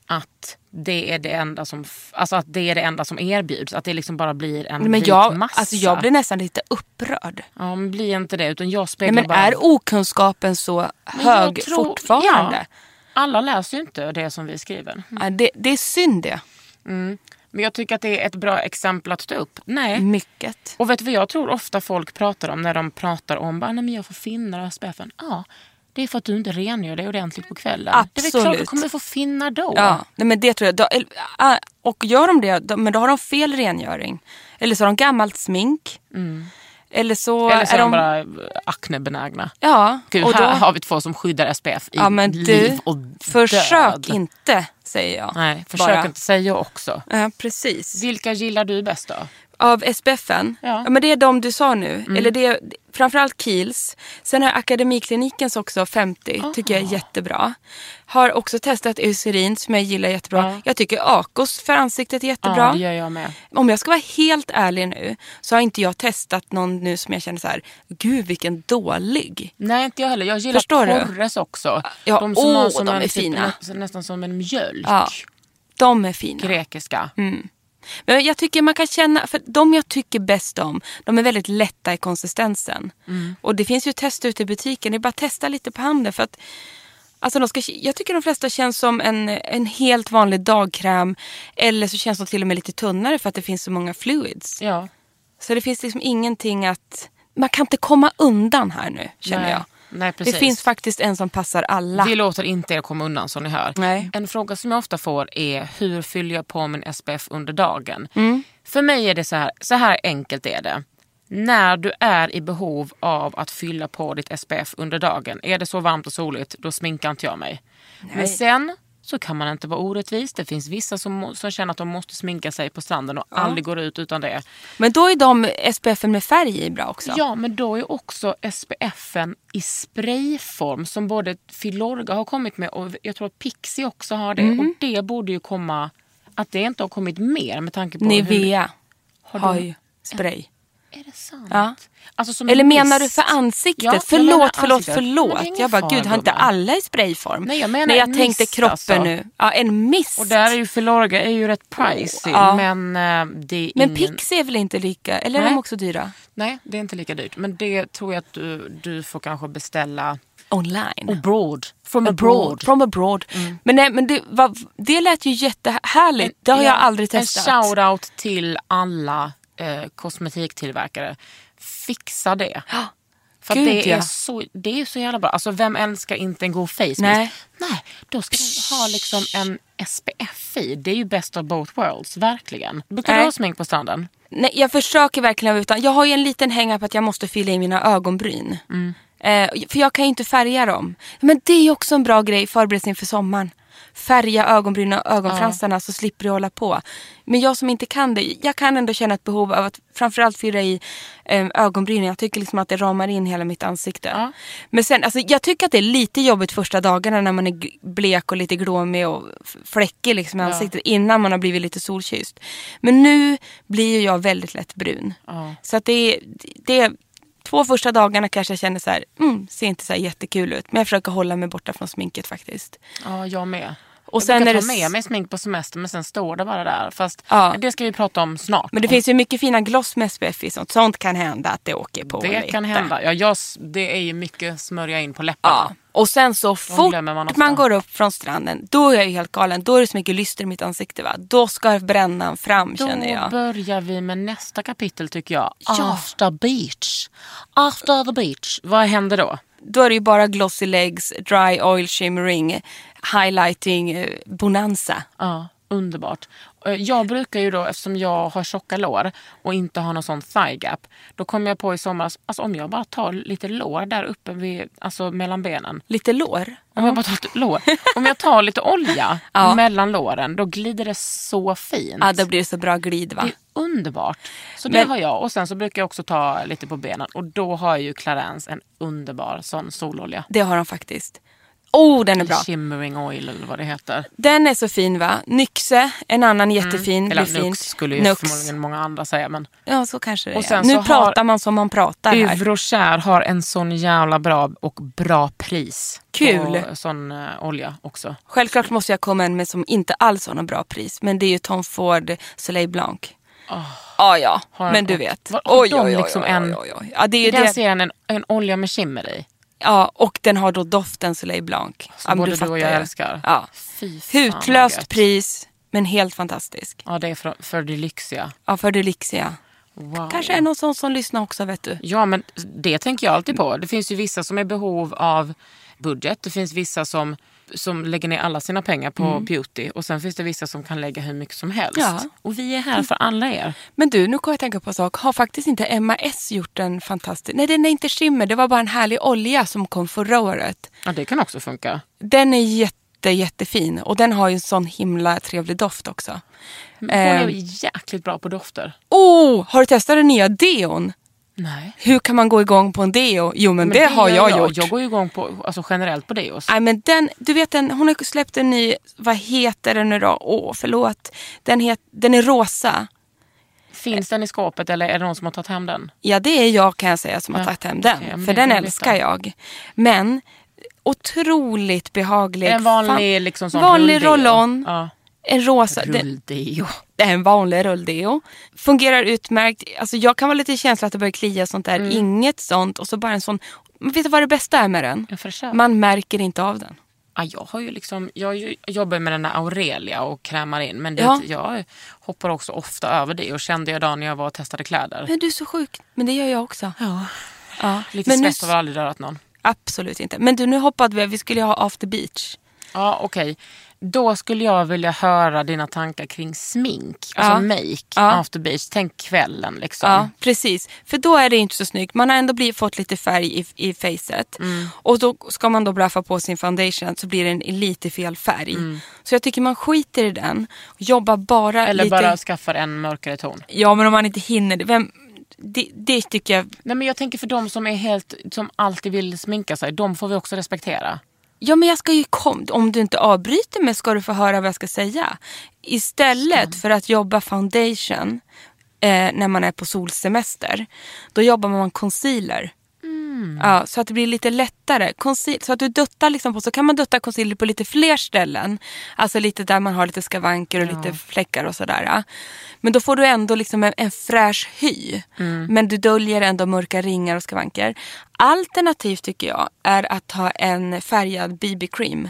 [SPEAKER 1] att det är det enda som, f- alltså att det är det enda som erbjuds. Att det liksom bara blir en
[SPEAKER 2] Men
[SPEAKER 1] vit
[SPEAKER 2] jag,
[SPEAKER 1] massa.
[SPEAKER 2] alltså jag blir nästan lite upprörd.
[SPEAKER 1] Ja, men blir inte det. Utan jag
[SPEAKER 2] Nej,
[SPEAKER 1] speglar
[SPEAKER 2] men
[SPEAKER 1] bara...
[SPEAKER 2] är okunskapen så
[SPEAKER 1] Men jag
[SPEAKER 2] hög
[SPEAKER 1] tror-
[SPEAKER 2] fortfarande?
[SPEAKER 1] Ja, alla läser ju inte det som vi skriver.
[SPEAKER 2] Ja, det, det är synd det.
[SPEAKER 1] Men jag tycker att det är ett bra exempel att ta upp. Nej.
[SPEAKER 2] Mycket.
[SPEAKER 1] Och vet du vad jag tror ofta folk pratar om när de pratar om bara, Nej, men jag får finnar av SPFen? Ja, det är för att du inte rengör dig ordentligt på kvällen. Det är väl klart du
[SPEAKER 2] Absolut.
[SPEAKER 1] kommer få finnar då.
[SPEAKER 2] Ja, nej, men det tror jag. Då, eller, ah, och gör de det, då, men då har de fel rengöring. Eller så har de gammalt smink. Eller så,
[SPEAKER 1] Mm. Eller så är de
[SPEAKER 2] de
[SPEAKER 1] bara eh, aknebenägna.
[SPEAKER 2] Ja,
[SPEAKER 1] Gud,
[SPEAKER 2] och då,
[SPEAKER 1] här har vi två som skyddar SPF i
[SPEAKER 2] ja men du,
[SPEAKER 1] liv och
[SPEAKER 2] försök
[SPEAKER 1] död.
[SPEAKER 2] inte säger jag.
[SPEAKER 1] Nej, försök
[SPEAKER 2] bara.
[SPEAKER 1] inte säga också.
[SPEAKER 2] Ja, precis.
[SPEAKER 1] Vilka gillar du bäst då?
[SPEAKER 2] Av SPFen?
[SPEAKER 1] Ja. Mm.
[SPEAKER 2] Ja. men det är de du sa nu. Eller det är, framförallt Kiehl's. Sen har jag Akademiklinikens också, 50. Tycker jag är jättebra. Har också testat Eucerin som jag gillar jättebra.
[SPEAKER 1] Ja.
[SPEAKER 2] Jag tycker Akos för ansiktet är jättebra.
[SPEAKER 1] Ja, det gör jag med.
[SPEAKER 2] Om jag ska vara helt ärlig nu så har inte jag testat någon nu som jag känner så här, gud vilken dålig.
[SPEAKER 1] Nej, inte jag heller. Jag gillar
[SPEAKER 2] Förstår du?
[SPEAKER 1] Porres också.
[SPEAKER 2] Ja,
[SPEAKER 1] de som har
[SPEAKER 2] åh,
[SPEAKER 1] som
[SPEAKER 2] de
[SPEAKER 1] en,
[SPEAKER 2] är
[SPEAKER 1] typ
[SPEAKER 2] fina.
[SPEAKER 1] nä- nästan som en mjölk.
[SPEAKER 2] Ja. Mm. De är fina.
[SPEAKER 1] Grekiska.
[SPEAKER 2] Men jag tycker man kan känna, för de jag tycker bäst om, de är väldigt lätta i konsistensen. Och det finns ju test ute i butiken, det är bara att testa lite på handen. För att, alltså de ska, jag tycker de flesta känns som en, en helt vanlig dagkräm. Eller så känns de till och med lite tunnare för att det finns så många fluids.
[SPEAKER 1] Ja.
[SPEAKER 2] Så det finns liksom ingenting att, man kan inte komma undan här nu känner
[SPEAKER 1] Nej.
[SPEAKER 2] jag.
[SPEAKER 1] Nej, precis.
[SPEAKER 2] Det finns faktiskt en som passar alla.
[SPEAKER 1] Vi låter inte er komma undan som ni hör.
[SPEAKER 2] Nej.
[SPEAKER 1] En fråga som jag ofta får är hur fyller jag på min SPF under dagen?
[SPEAKER 2] Mm.
[SPEAKER 1] För mig är det så här, så här enkelt är det. När du är i behov av att fylla på ditt SPF under dagen, är det så varmt och soligt, då sminkar inte jag mig. Men sen så kan man inte vara orättvis. Det finns vissa som, må- som känner att de måste sminka sig på stranden och aldrig går ut utan det.
[SPEAKER 2] Men då är de SPF med färg i bra också.
[SPEAKER 1] Ja, men då är också SPFen i sprayform som både Filorga har kommit med och jag tror att Pixie också har det.
[SPEAKER 2] Mm.
[SPEAKER 1] Och det borde ju komma, att det inte har kommit mer med tanke på hur...
[SPEAKER 2] Nivea
[SPEAKER 1] Har
[SPEAKER 2] har,
[SPEAKER 1] du-
[SPEAKER 2] ju spray.
[SPEAKER 1] Är det sant?
[SPEAKER 2] Ja.
[SPEAKER 1] Alltså, som
[SPEAKER 2] Eller
[SPEAKER 1] en
[SPEAKER 2] menar du
[SPEAKER 1] mist.
[SPEAKER 2] för ansiktet?
[SPEAKER 1] Ja, jag menar
[SPEAKER 2] förlåt, förlåt,
[SPEAKER 1] ansiktet.
[SPEAKER 2] förlåt.
[SPEAKER 1] Men det är ingen
[SPEAKER 2] jag bara,
[SPEAKER 1] fara,
[SPEAKER 2] gud har inte
[SPEAKER 1] gumman.
[SPEAKER 2] alla i sprayform?
[SPEAKER 1] Nej, jag menar
[SPEAKER 2] Nej, jag
[SPEAKER 1] en
[SPEAKER 2] tänkte
[SPEAKER 1] mist,
[SPEAKER 2] kroppen
[SPEAKER 1] alltså.
[SPEAKER 2] nu. Ja, en mist.
[SPEAKER 1] Och där är ju Filorga är ju rätt pricey.
[SPEAKER 2] Ja.
[SPEAKER 1] Men eh, det är
[SPEAKER 2] Men
[SPEAKER 1] ingen...
[SPEAKER 2] Pixie är väl inte lika? Eller är
[SPEAKER 1] Nej.
[SPEAKER 2] de också dyra?
[SPEAKER 1] Nej, det är inte lika dyrt. Men det tror jag att du, du får kanske beställa
[SPEAKER 2] Online.
[SPEAKER 1] abroad. From abroad. Mm.
[SPEAKER 2] abroad. From abroad. Men, nej, men det, vad- det lät ju jättehärligt. Det har jag
[SPEAKER 1] Ja,
[SPEAKER 2] aldrig
[SPEAKER 1] En
[SPEAKER 2] testat.
[SPEAKER 1] shout-out till alla eh, kosmetiktillverkare. Fixa det. För
[SPEAKER 2] Gud,
[SPEAKER 1] att det,
[SPEAKER 2] ja.
[SPEAKER 1] är så, det är ju så jävla bra. Alltså vem älskar inte en god face mist?
[SPEAKER 2] Nej.
[SPEAKER 1] Nej, då ska man ha liksom en SPF i. Det är ju best of both worlds, verkligen. Brukar
[SPEAKER 2] Nej.
[SPEAKER 1] du ha smink på stranden?
[SPEAKER 2] Nej, jag försöker verkligen utan. Jag har ju en liten hänga på att jag måste fylla i mina ögonbryn.
[SPEAKER 1] Mm.
[SPEAKER 2] Eh, för jag kan ju inte färga dem. Men det är ju också en bra grej, förberedelse inför sommaren. Färga ögonbrynen och ögonfransarna så slipper du hålla på. Men jag som inte kan det, jag kan ändå känna ett behov av att framförallt fylla i eh, ögonbrynen. Jag tycker liksom att det ramar in hela mitt ansikte. Men sen, alltså, jag tycker att det är lite jobbigt första dagarna när man är g- blek och lite glåmig och f- fläckig liksom i ansiktet innan man har blivit lite solkysst. Men nu blir ju jag väldigt lätt brun. Så att det, är- det är två första dagarna kanske jag känner så här, mm, ser inte så här jättekul ut. Men jag försöker hålla mig borta från sminket faktiskt.
[SPEAKER 1] Ja, jag med.
[SPEAKER 2] Och
[SPEAKER 1] jag
[SPEAKER 2] sen
[SPEAKER 1] brukar
[SPEAKER 2] är
[SPEAKER 1] ta
[SPEAKER 2] det s-
[SPEAKER 1] med mig smink på semester men sen står det bara där. Fast
[SPEAKER 2] Ja.
[SPEAKER 1] det ska vi prata om snart.
[SPEAKER 2] Men det
[SPEAKER 1] Om-
[SPEAKER 2] finns ju mycket fina gloss med SPF i sånt. Sånt kan hända att det åker på
[SPEAKER 1] det
[SPEAKER 2] lite.
[SPEAKER 1] kan hända. Ja, jag, s- det är ju mycket smörja in på läpparna.
[SPEAKER 2] Ja. Och sen så fort
[SPEAKER 1] glömmer man
[SPEAKER 2] man,
[SPEAKER 1] ofta.
[SPEAKER 2] går upp från stranden, då är jag ju helt galen. Då är det så mycket lyster i mitt ansikte. Va? Då ska brännan fram
[SPEAKER 1] Då
[SPEAKER 2] känner jag.
[SPEAKER 1] börjar vi med nästa kapitel tycker jag. After beach. After the beach. Vad händer då?
[SPEAKER 2] Då är det ju bara glossy legs, dry oil shimmering, highlighting, eh, bonanza.
[SPEAKER 1] Ja, underbart. Eh, Jag brukar ju då, eftersom jag har tjocka lår och inte har någon sån thigh gap, då kom jag på i somras, alltså om jag bara tar lite lår där uppe vid, alltså mellan benen.
[SPEAKER 2] Lite lår.
[SPEAKER 1] Om jag bara tar lite lår. Om jag tar lite olja mellan låren, då glider det så fint.
[SPEAKER 2] Ja, då blir det så bra glid va?
[SPEAKER 1] Det är underbart. Så det
[SPEAKER 2] Men-
[SPEAKER 1] har jag. Och sen så brukar jag också ta lite på benen. Och då har ju Clarence en underbar sån sololja.
[SPEAKER 2] Det har de faktiskt. Oh, den är bra.
[SPEAKER 1] Shimmering oil eller vad det heter.
[SPEAKER 2] Den är så fin va? Nyxe, en annan jättefin.
[SPEAKER 1] Mm. Eller
[SPEAKER 2] blir
[SPEAKER 1] Nux
[SPEAKER 2] fint.
[SPEAKER 1] skulle ju
[SPEAKER 2] Nux.
[SPEAKER 1] förmodligen många andra säga. Men
[SPEAKER 2] Ja, så kanske det
[SPEAKER 1] Och
[SPEAKER 2] är.
[SPEAKER 1] sen
[SPEAKER 2] Nu
[SPEAKER 1] så har-
[SPEAKER 2] pratar man som man pratar här.
[SPEAKER 1] Yves Rocher har en sån jävla bra och bra pris.
[SPEAKER 2] Kul.
[SPEAKER 1] På sån eh, olja också.
[SPEAKER 2] Självklart måste jag komma en med som inte alls har något bra pris. Men det är ju Tom Ford Soleil Blanc. Ah, ja,
[SPEAKER 1] Har han-
[SPEAKER 2] men du
[SPEAKER 1] och-
[SPEAKER 2] vet.
[SPEAKER 1] var- har de liksom en-
[SPEAKER 2] oj, oj. Ja, det
[SPEAKER 1] I
[SPEAKER 2] är
[SPEAKER 1] den
[SPEAKER 2] det.
[SPEAKER 1] serien en, en olja med shimmer i.
[SPEAKER 2] ja, och den har då doften Soleil Blanc.
[SPEAKER 1] Som
[SPEAKER 2] ja, men
[SPEAKER 1] både du,
[SPEAKER 2] fattar
[SPEAKER 1] och jag
[SPEAKER 2] ju.
[SPEAKER 1] älskar.
[SPEAKER 2] Ja.
[SPEAKER 1] Fy fan, vad
[SPEAKER 2] Hutlöst
[SPEAKER 1] gött.
[SPEAKER 2] pris, men helt fantastisk.
[SPEAKER 1] Ja, det är för, för det lyxiga.
[SPEAKER 2] Ja, för du Lixia.
[SPEAKER 1] Wow.
[SPEAKER 2] Kanske är någon sån som lyssnar också, vet du.
[SPEAKER 1] Ja, men det tänker jag alltid på. Det finns ju vissa som är i behov av budget. Det finns vissa som, som lägger ner alla sina pengar på beauty. Och sen finns det vissa som kan lägga hur mycket som helst.
[SPEAKER 2] Ja.
[SPEAKER 1] Och vi är här för alla er.
[SPEAKER 2] Men du, nu kommer jag att tänka på en sak. Har faktiskt inte Emma S gjort en fantastisk... Nej, den är inte skimmer. Det var bara en härlig olja som kom förra året.
[SPEAKER 1] Ja, det kan också funka.
[SPEAKER 2] Den är jätte, jättefin och den har ju en sån himla trevlig doft också.
[SPEAKER 1] Men Mm, hon är
[SPEAKER 2] Ehm,
[SPEAKER 1] jäkligt bra på dofter.
[SPEAKER 2] oh, har du testat den nya deon?
[SPEAKER 1] Nej.
[SPEAKER 2] Hur kan man gå igång på en deo? Jo, men, det, har jag, gjort.
[SPEAKER 1] Jag går ju igång på, alltså generellt på det. Och
[SPEAKER 2] Nej, men den, du vet den, hon har släppt en ny, vad heter den nu då? Åh, förlåt. Den, het, den är rosa.
[SPEAKER 1] Finns den i skåpet eller är det någon som har tagit hem den?
[SPEAKER 2] Ja, det är jag kan jag säga som har
[SPEAKER 1] Ja,
[SPEAKER 2] tagit hem
[SPEAKER 1] okej,
[SPEAKER 2] den.
[SPEAKER 1] men
[SPEAKER 2] för
[SPEAKER 1] det
[SPEAKER 2] den
[SPEAKER 1] kan jag
[SPEAKER 2] älskar
[SPEAKER 1] veta.
[SPEAKER 2] jag. Men otroligt behaglig.
[SPEAKER 1] En vanlig liksom sån
[SPEAKER 2] vanlig
[SPEAKER 1] rulldeo.
[SPEAKER 2] roll-on.
[SPEAKER 1] Ja.
[SPEAKER 2] En rosa. den-
[SPEAKER 1] Rulldeo.
[SPEAKER 2] Det är en vanlig rulldeo. Fungerar utmärkt. Alltså jag kan vara lite känslig att det börjar klia och sånt där. Inget sånt. Och så bara en sån. Men Vet du vad det bästa är med den?
[SPEAKER 1] En fräschör.
[SPEAKER 2] Man märker inte av den.
[SPEAKER 1] Ja, jag har ju liksom, jag ju- jobbar med den här Aurelia och krämar in men det,
[SPEAKER 2] Ja.
[SPEAKER 1] jag hoppar också ofta över det och kände jag idag när jag var och testade kläder.
[SPEAKER 2] Men du är så sjuk. Men det gör jag också.
[SPEAKER 1] Ja.
[SPEAKER 2] Ja.
[SPEAKER 1] Lite
[SPEAKER 2] Men
[SPEAKER 1] svett
[SPEAKER 2] nu,
[SPEAKER 1] har väl aldrig dödat någon.
[SPEAKER 2] Absolut inte. Men du, nu hoppade vi. Vi skulle ju ha after beach.
[SPEAKER 1] Ja, okej. Då skulle jag vilja höra dina tankar kring smink, alltså
[SPEAKER 2] Ja.
[SPEAKER 1] make,
[SPEAKER 2] Ja.
[SPEAKER 1] after beach. Tänk kvällen liksom.
[SPEAKER 2] Ja, precis. För då är det inte så snyggt. Man har ändå blivit, fått lite färg i, i facet. Och då ska man då blaffa på sin foundation så blir den i lite fel färg. Så jag tycker man skiter i den. och Jobbar bara
[SPEAKER 1] Eller
[SPEAKER 2] lite...
[SPEAKER 1] bara skaffar en mörkare ton.
[SPEAKER 2] Ja, men om man inte hinner det. Vem, det, det tycker jag...
[SPEAKER 1] Nej, men jag tänker för de som är helt, som alltid vill sminka sig, de får vi också respektera.
[SPEAKER 2] Ja, men jag ska ju kom, om du inte avbryter mig ska du få höra vad jag ska säga. Istället för att jobba foundation eh, när man är på solsemester. Då jobbar man med concealer. Ja, så att det blir lite lättare. Conceal, så att du duttar liksom på, så kan man dutta concealer på lite fler ställen. Alltså lite där man har lite skavanker och lite fläckar och sådär. ja. Men då får du ändå liksom en, en fräsch hy. Men du döljer ändå mörka ringar och skavanker. Alternativt tycker jag är att ha en färgad BB-cream.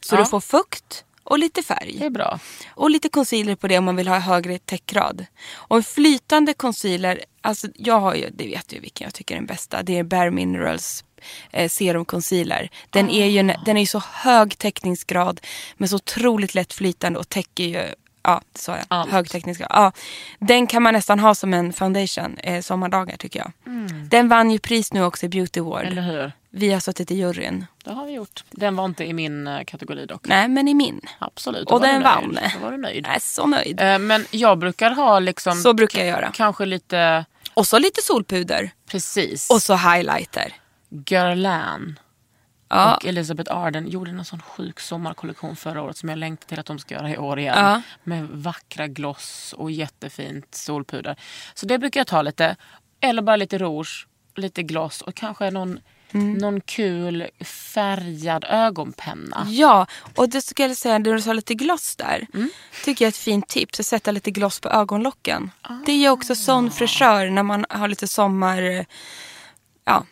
[SPEAKER 2] Så
[SPEAKER 1] Ja.
[SPEAKER 2] du får fukt och lite färg.
[SPEAKER 1] Det är bra.
[SPEAKER 2] Och lite concealer på det om man vill ha högre täckgrad. Och en flytande concealer, alltså jag har ju, det vet ju vilken jag tycker är den bästa. Det är Bare Minerals eh, Serum Concealer. Den är ju den är ju så hög täckningsgrad men så otroligt lätt flytande och täcker ju Ja, det sa jag.
[SPEAKER 1] Allt.
[SPEAKER 2] Hög täckningsgrad. Ja. Den kan man nästan ha som en foundation eh, sommardagar tycker jag. Den vann ju pris nu också i Beauty
[SPEAKER 1] Mm. Eller
[SPEAKER 2] Award.
[SPEAKER 1] hur?
[SPEAKER 2] Vi har suttit i juryn.
[SPEAKER 1] Det har vi gjort. Den var inte i min eh, kategori dock.
[SPEAKER 2] Nej, men i min.
[SPEAKER 1] Absolut. då
[SPEAKER 2] Och
[SPEAKER 1] var du
[SPEAKER 2] den
[SPEAKER 1] nöjd.
[SPEAKER 2] vann.
[SPEAKER 1] Då var du nöjd.
[SPEAKER 2] Jag är så nöjd.
[SPEAKER 1] Eh, Men jag brukar ha liksom...
[SPEAKER 2] Så brukar jag göra.
[SPEAKER 1] Kanske lite...
[SPEAKER 2] Och så lite solpuder.
[SPEAKER 1] Precis.
[SPEAKER 2] Och så highlighter.
[SPEAKER 1] Girlan
[SPEAKER 2] Ja.
[SPEAKER 1] och Elizabeth Arden gjorde en sån sjuk sommarkollektion förra året som jag längtar till att de ska göra i år igen.
[SPEAKER 2] Ja.
[SPEAKER 1] Med vackra gloss och jättefint solpuder. Så det brukar jag ta lite. Eller bara lite rouge, lite gloss och kanske någon,
[SPEAKER 2] Mm.
[SPEAKER 1] någon kul färgad ögonpenna.
[SPEAKER 2] Ja, och det skulle jag säga, när du sa lite gloss där,
[SPEAKER 1] Mm.
[SPEAKER 2] tycker jag är ett fint tips att sätta lite gloss på ögonlocken.
[SPEAKER 1] Ah.
[SPEAKER 2] Det är ju också sån fräschör när man har lite sommar, ja,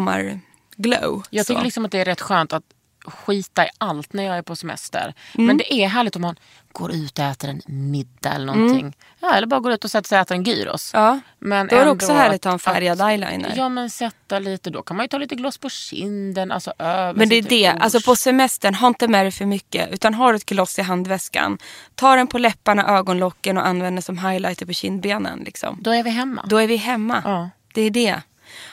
[SPEAKER 2] sommarglow.
[SPEAKER 1] Mm. Jag tycker
[SPEAKER 2] så.
[SPEAKER 1] liksom att det är rätt skönt att skita i allt när jag är på semester.
[SPEAKER 2] Mm.
[SPEAKER 1] Men det är härligt om man går ut och äter en middag eller någonting. Ja, eller bara går ut och sätter sig och äter en gyros.
[SPEAKER 2] Mm. Ja,
[SPEAKER 1] Men
[SPEAKER 2] då är det
[SPEAKER 1] ändå
[SPEAKER 2] också härligt att ha en färgad eyeliner.
[SPEAKER 1] Ja men sätta lite, då kan man ju ta lite gloss på kinden, alltså över.
[SPEAKER 2] Men det är
[SPEAKER 1] så
[SPEAKER 2] det,
[SPEAKER 1] typ, oh,
[SPEAKER 2] alltså på semestern, ha inte med dig för mycket utan ha ett gloss i handväskan. Ta den på läpparna, ögonlocken och använd den som highlighter på kindbenen. Liksom.
[SPEAKER 1] Då är vi hemma.
[SPEAKER 2] Då är vi hemma.
[SPEAKER 1] Ja.
[SPEAKER 2] Det är det.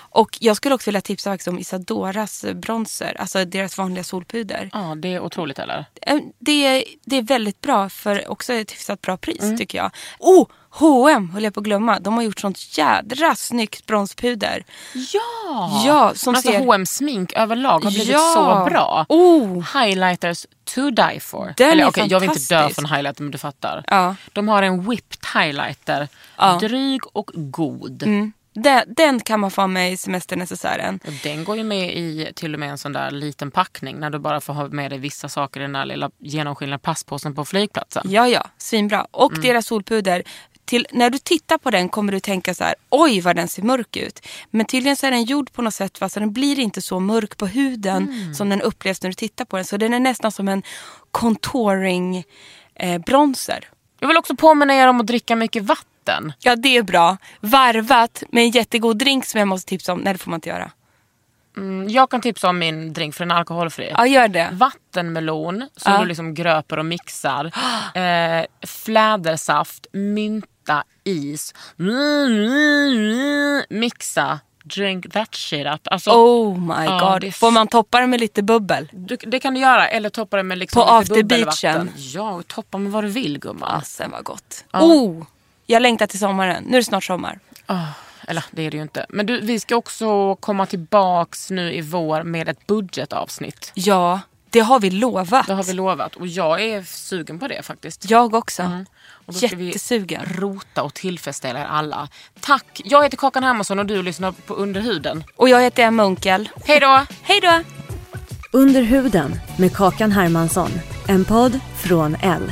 [SPEAKER 2] Och jag skulle också vilja tipsa faktiskt om Isadoras bronzer, alltså deras vanliga solpuder.
[SPEAKER 1] Ja, det är otroligt eller?
[SPEAKER 2] Eh, Det är, det är väldigt bra för också ett hyfsat bra pris
[SPEAKER 1] Mm.
[SPEAKER 2] tycker jag. Oh! H&M höll jag på att glömma. De har gjort sånt jädra snyggt bronspuder.
[SPEAKER 1] Ja!
[SPEAKER 2] Ja, som
[SPEAKER 1] alltså
[SPEAKER 2] ser-
[SPEAKER 1] H&M smink överlag har blivit
[SPEAKER 2] Ja.
[SPEAKER 1] så bra.
[SPEAKER 2] Oh!
[SPEAKER 1] Highlighters to die for.
[SPEAKER 2] Den är
[SPEAKER 1] okej, jag vill inte dö
[SPEAKER 2] fantastisk.
[SPEAKER 1] från highlighter men du fattar.
[SPEAKER 2] Ja.
[SPEAKER 1] De har en whipped highlighter.
[SPEAKER 2] Ja.
[SPEAKER 1] Dryg och god.
[SPEAKER 2] Mm. Den, den kan man få ha med i semesternecessären.
[SPEAKER 1] Och Den går ju med i till och med en sån där liten packning när du bara får ha med dig vissa saker i den där lilla genomskinliga plastpåsen på flygplatsen.
[SPEAKER 2] Ja, ja, svinbra. Och
[SPEAKER 1] Mm.
[SPEAKER 2] deras solpuder. Till, när du tittar på den kommer du tänka så här, oj vad den ser mörk ut. Men tydligen så är den gjord på något sätt va? så den blir inte så mörk på huden
[SPEAKER 1] Mm.
[SPEAKER 2] som den upplevs när du tittar på den. Så den är nästan som en contouring eh, bronzer.
[SPEAKER 1] Jag vill också påminna er om att dricka mycket vatten.
[SPEAKER 2] Ja det är bra. Varvat med en jättegod drink som jag måste tipsa om. Nej det får man inte göra.
[SPEAKER 1] Mm, Jag kan tipsa om min drink för den är alkoholfri.
[SPEAKER 2] Ja gör det.
[SPEAKER 1] Vattenmelon som
[SPEAKER 2] Ja.
[SPEAKER 1] du liksom gröper och mixar. Eh, flädersaft, mynta, is. Mixa. Drink that shit up. Alltså,
[SPEAKER 2] Oh my
[SPEAKER 1] Ja, det är
[SPEAKER 2] god. Får man toppa den med lite bubbel?
[SPEAKER 1] du, det kan du göra. Eller toppa det med liksom lite
[SPEAKER 2] På after
[SPEAKER 1] bubbelvatten.
[SPEAKER 2] beachen. Alltså.
[SPEAKER 1] Ja, och toppa med vad du vill gumman.
[SPEAKER 2] Fasen vad gott. Oh! Jag längtar till sommaren. Nu är det snart sommar.
[SPEAKER 1] Ah, eller det är det ju inte. Men du, vi ska också komma tillbaks nu i vår med ett budgetavsnitt.
[SPEAKER 2] Ja, det har vi lovat.
[SPEAKER 1] Det har vi lovat och jag är sugen på det faktiskt.
[SPEAKER 2] Jag också.
[SPEAKER 1] Mm. Och då ska vi
[SPEAKER 2] Jättesugen.
[SPEAKER 1] rota och tillfredsställa er alla. Tack! Jag heter Kakan Hermansson och du lyssnar på Underhuden.
[SPEAKER 2] Och jag heter Emma Unkel.
[SPEAKER 1] Hej då!
[SPEAKER 2] Hej då!
[SPEAKER 3] Under huden med Kakan Hermansson. En podd från L.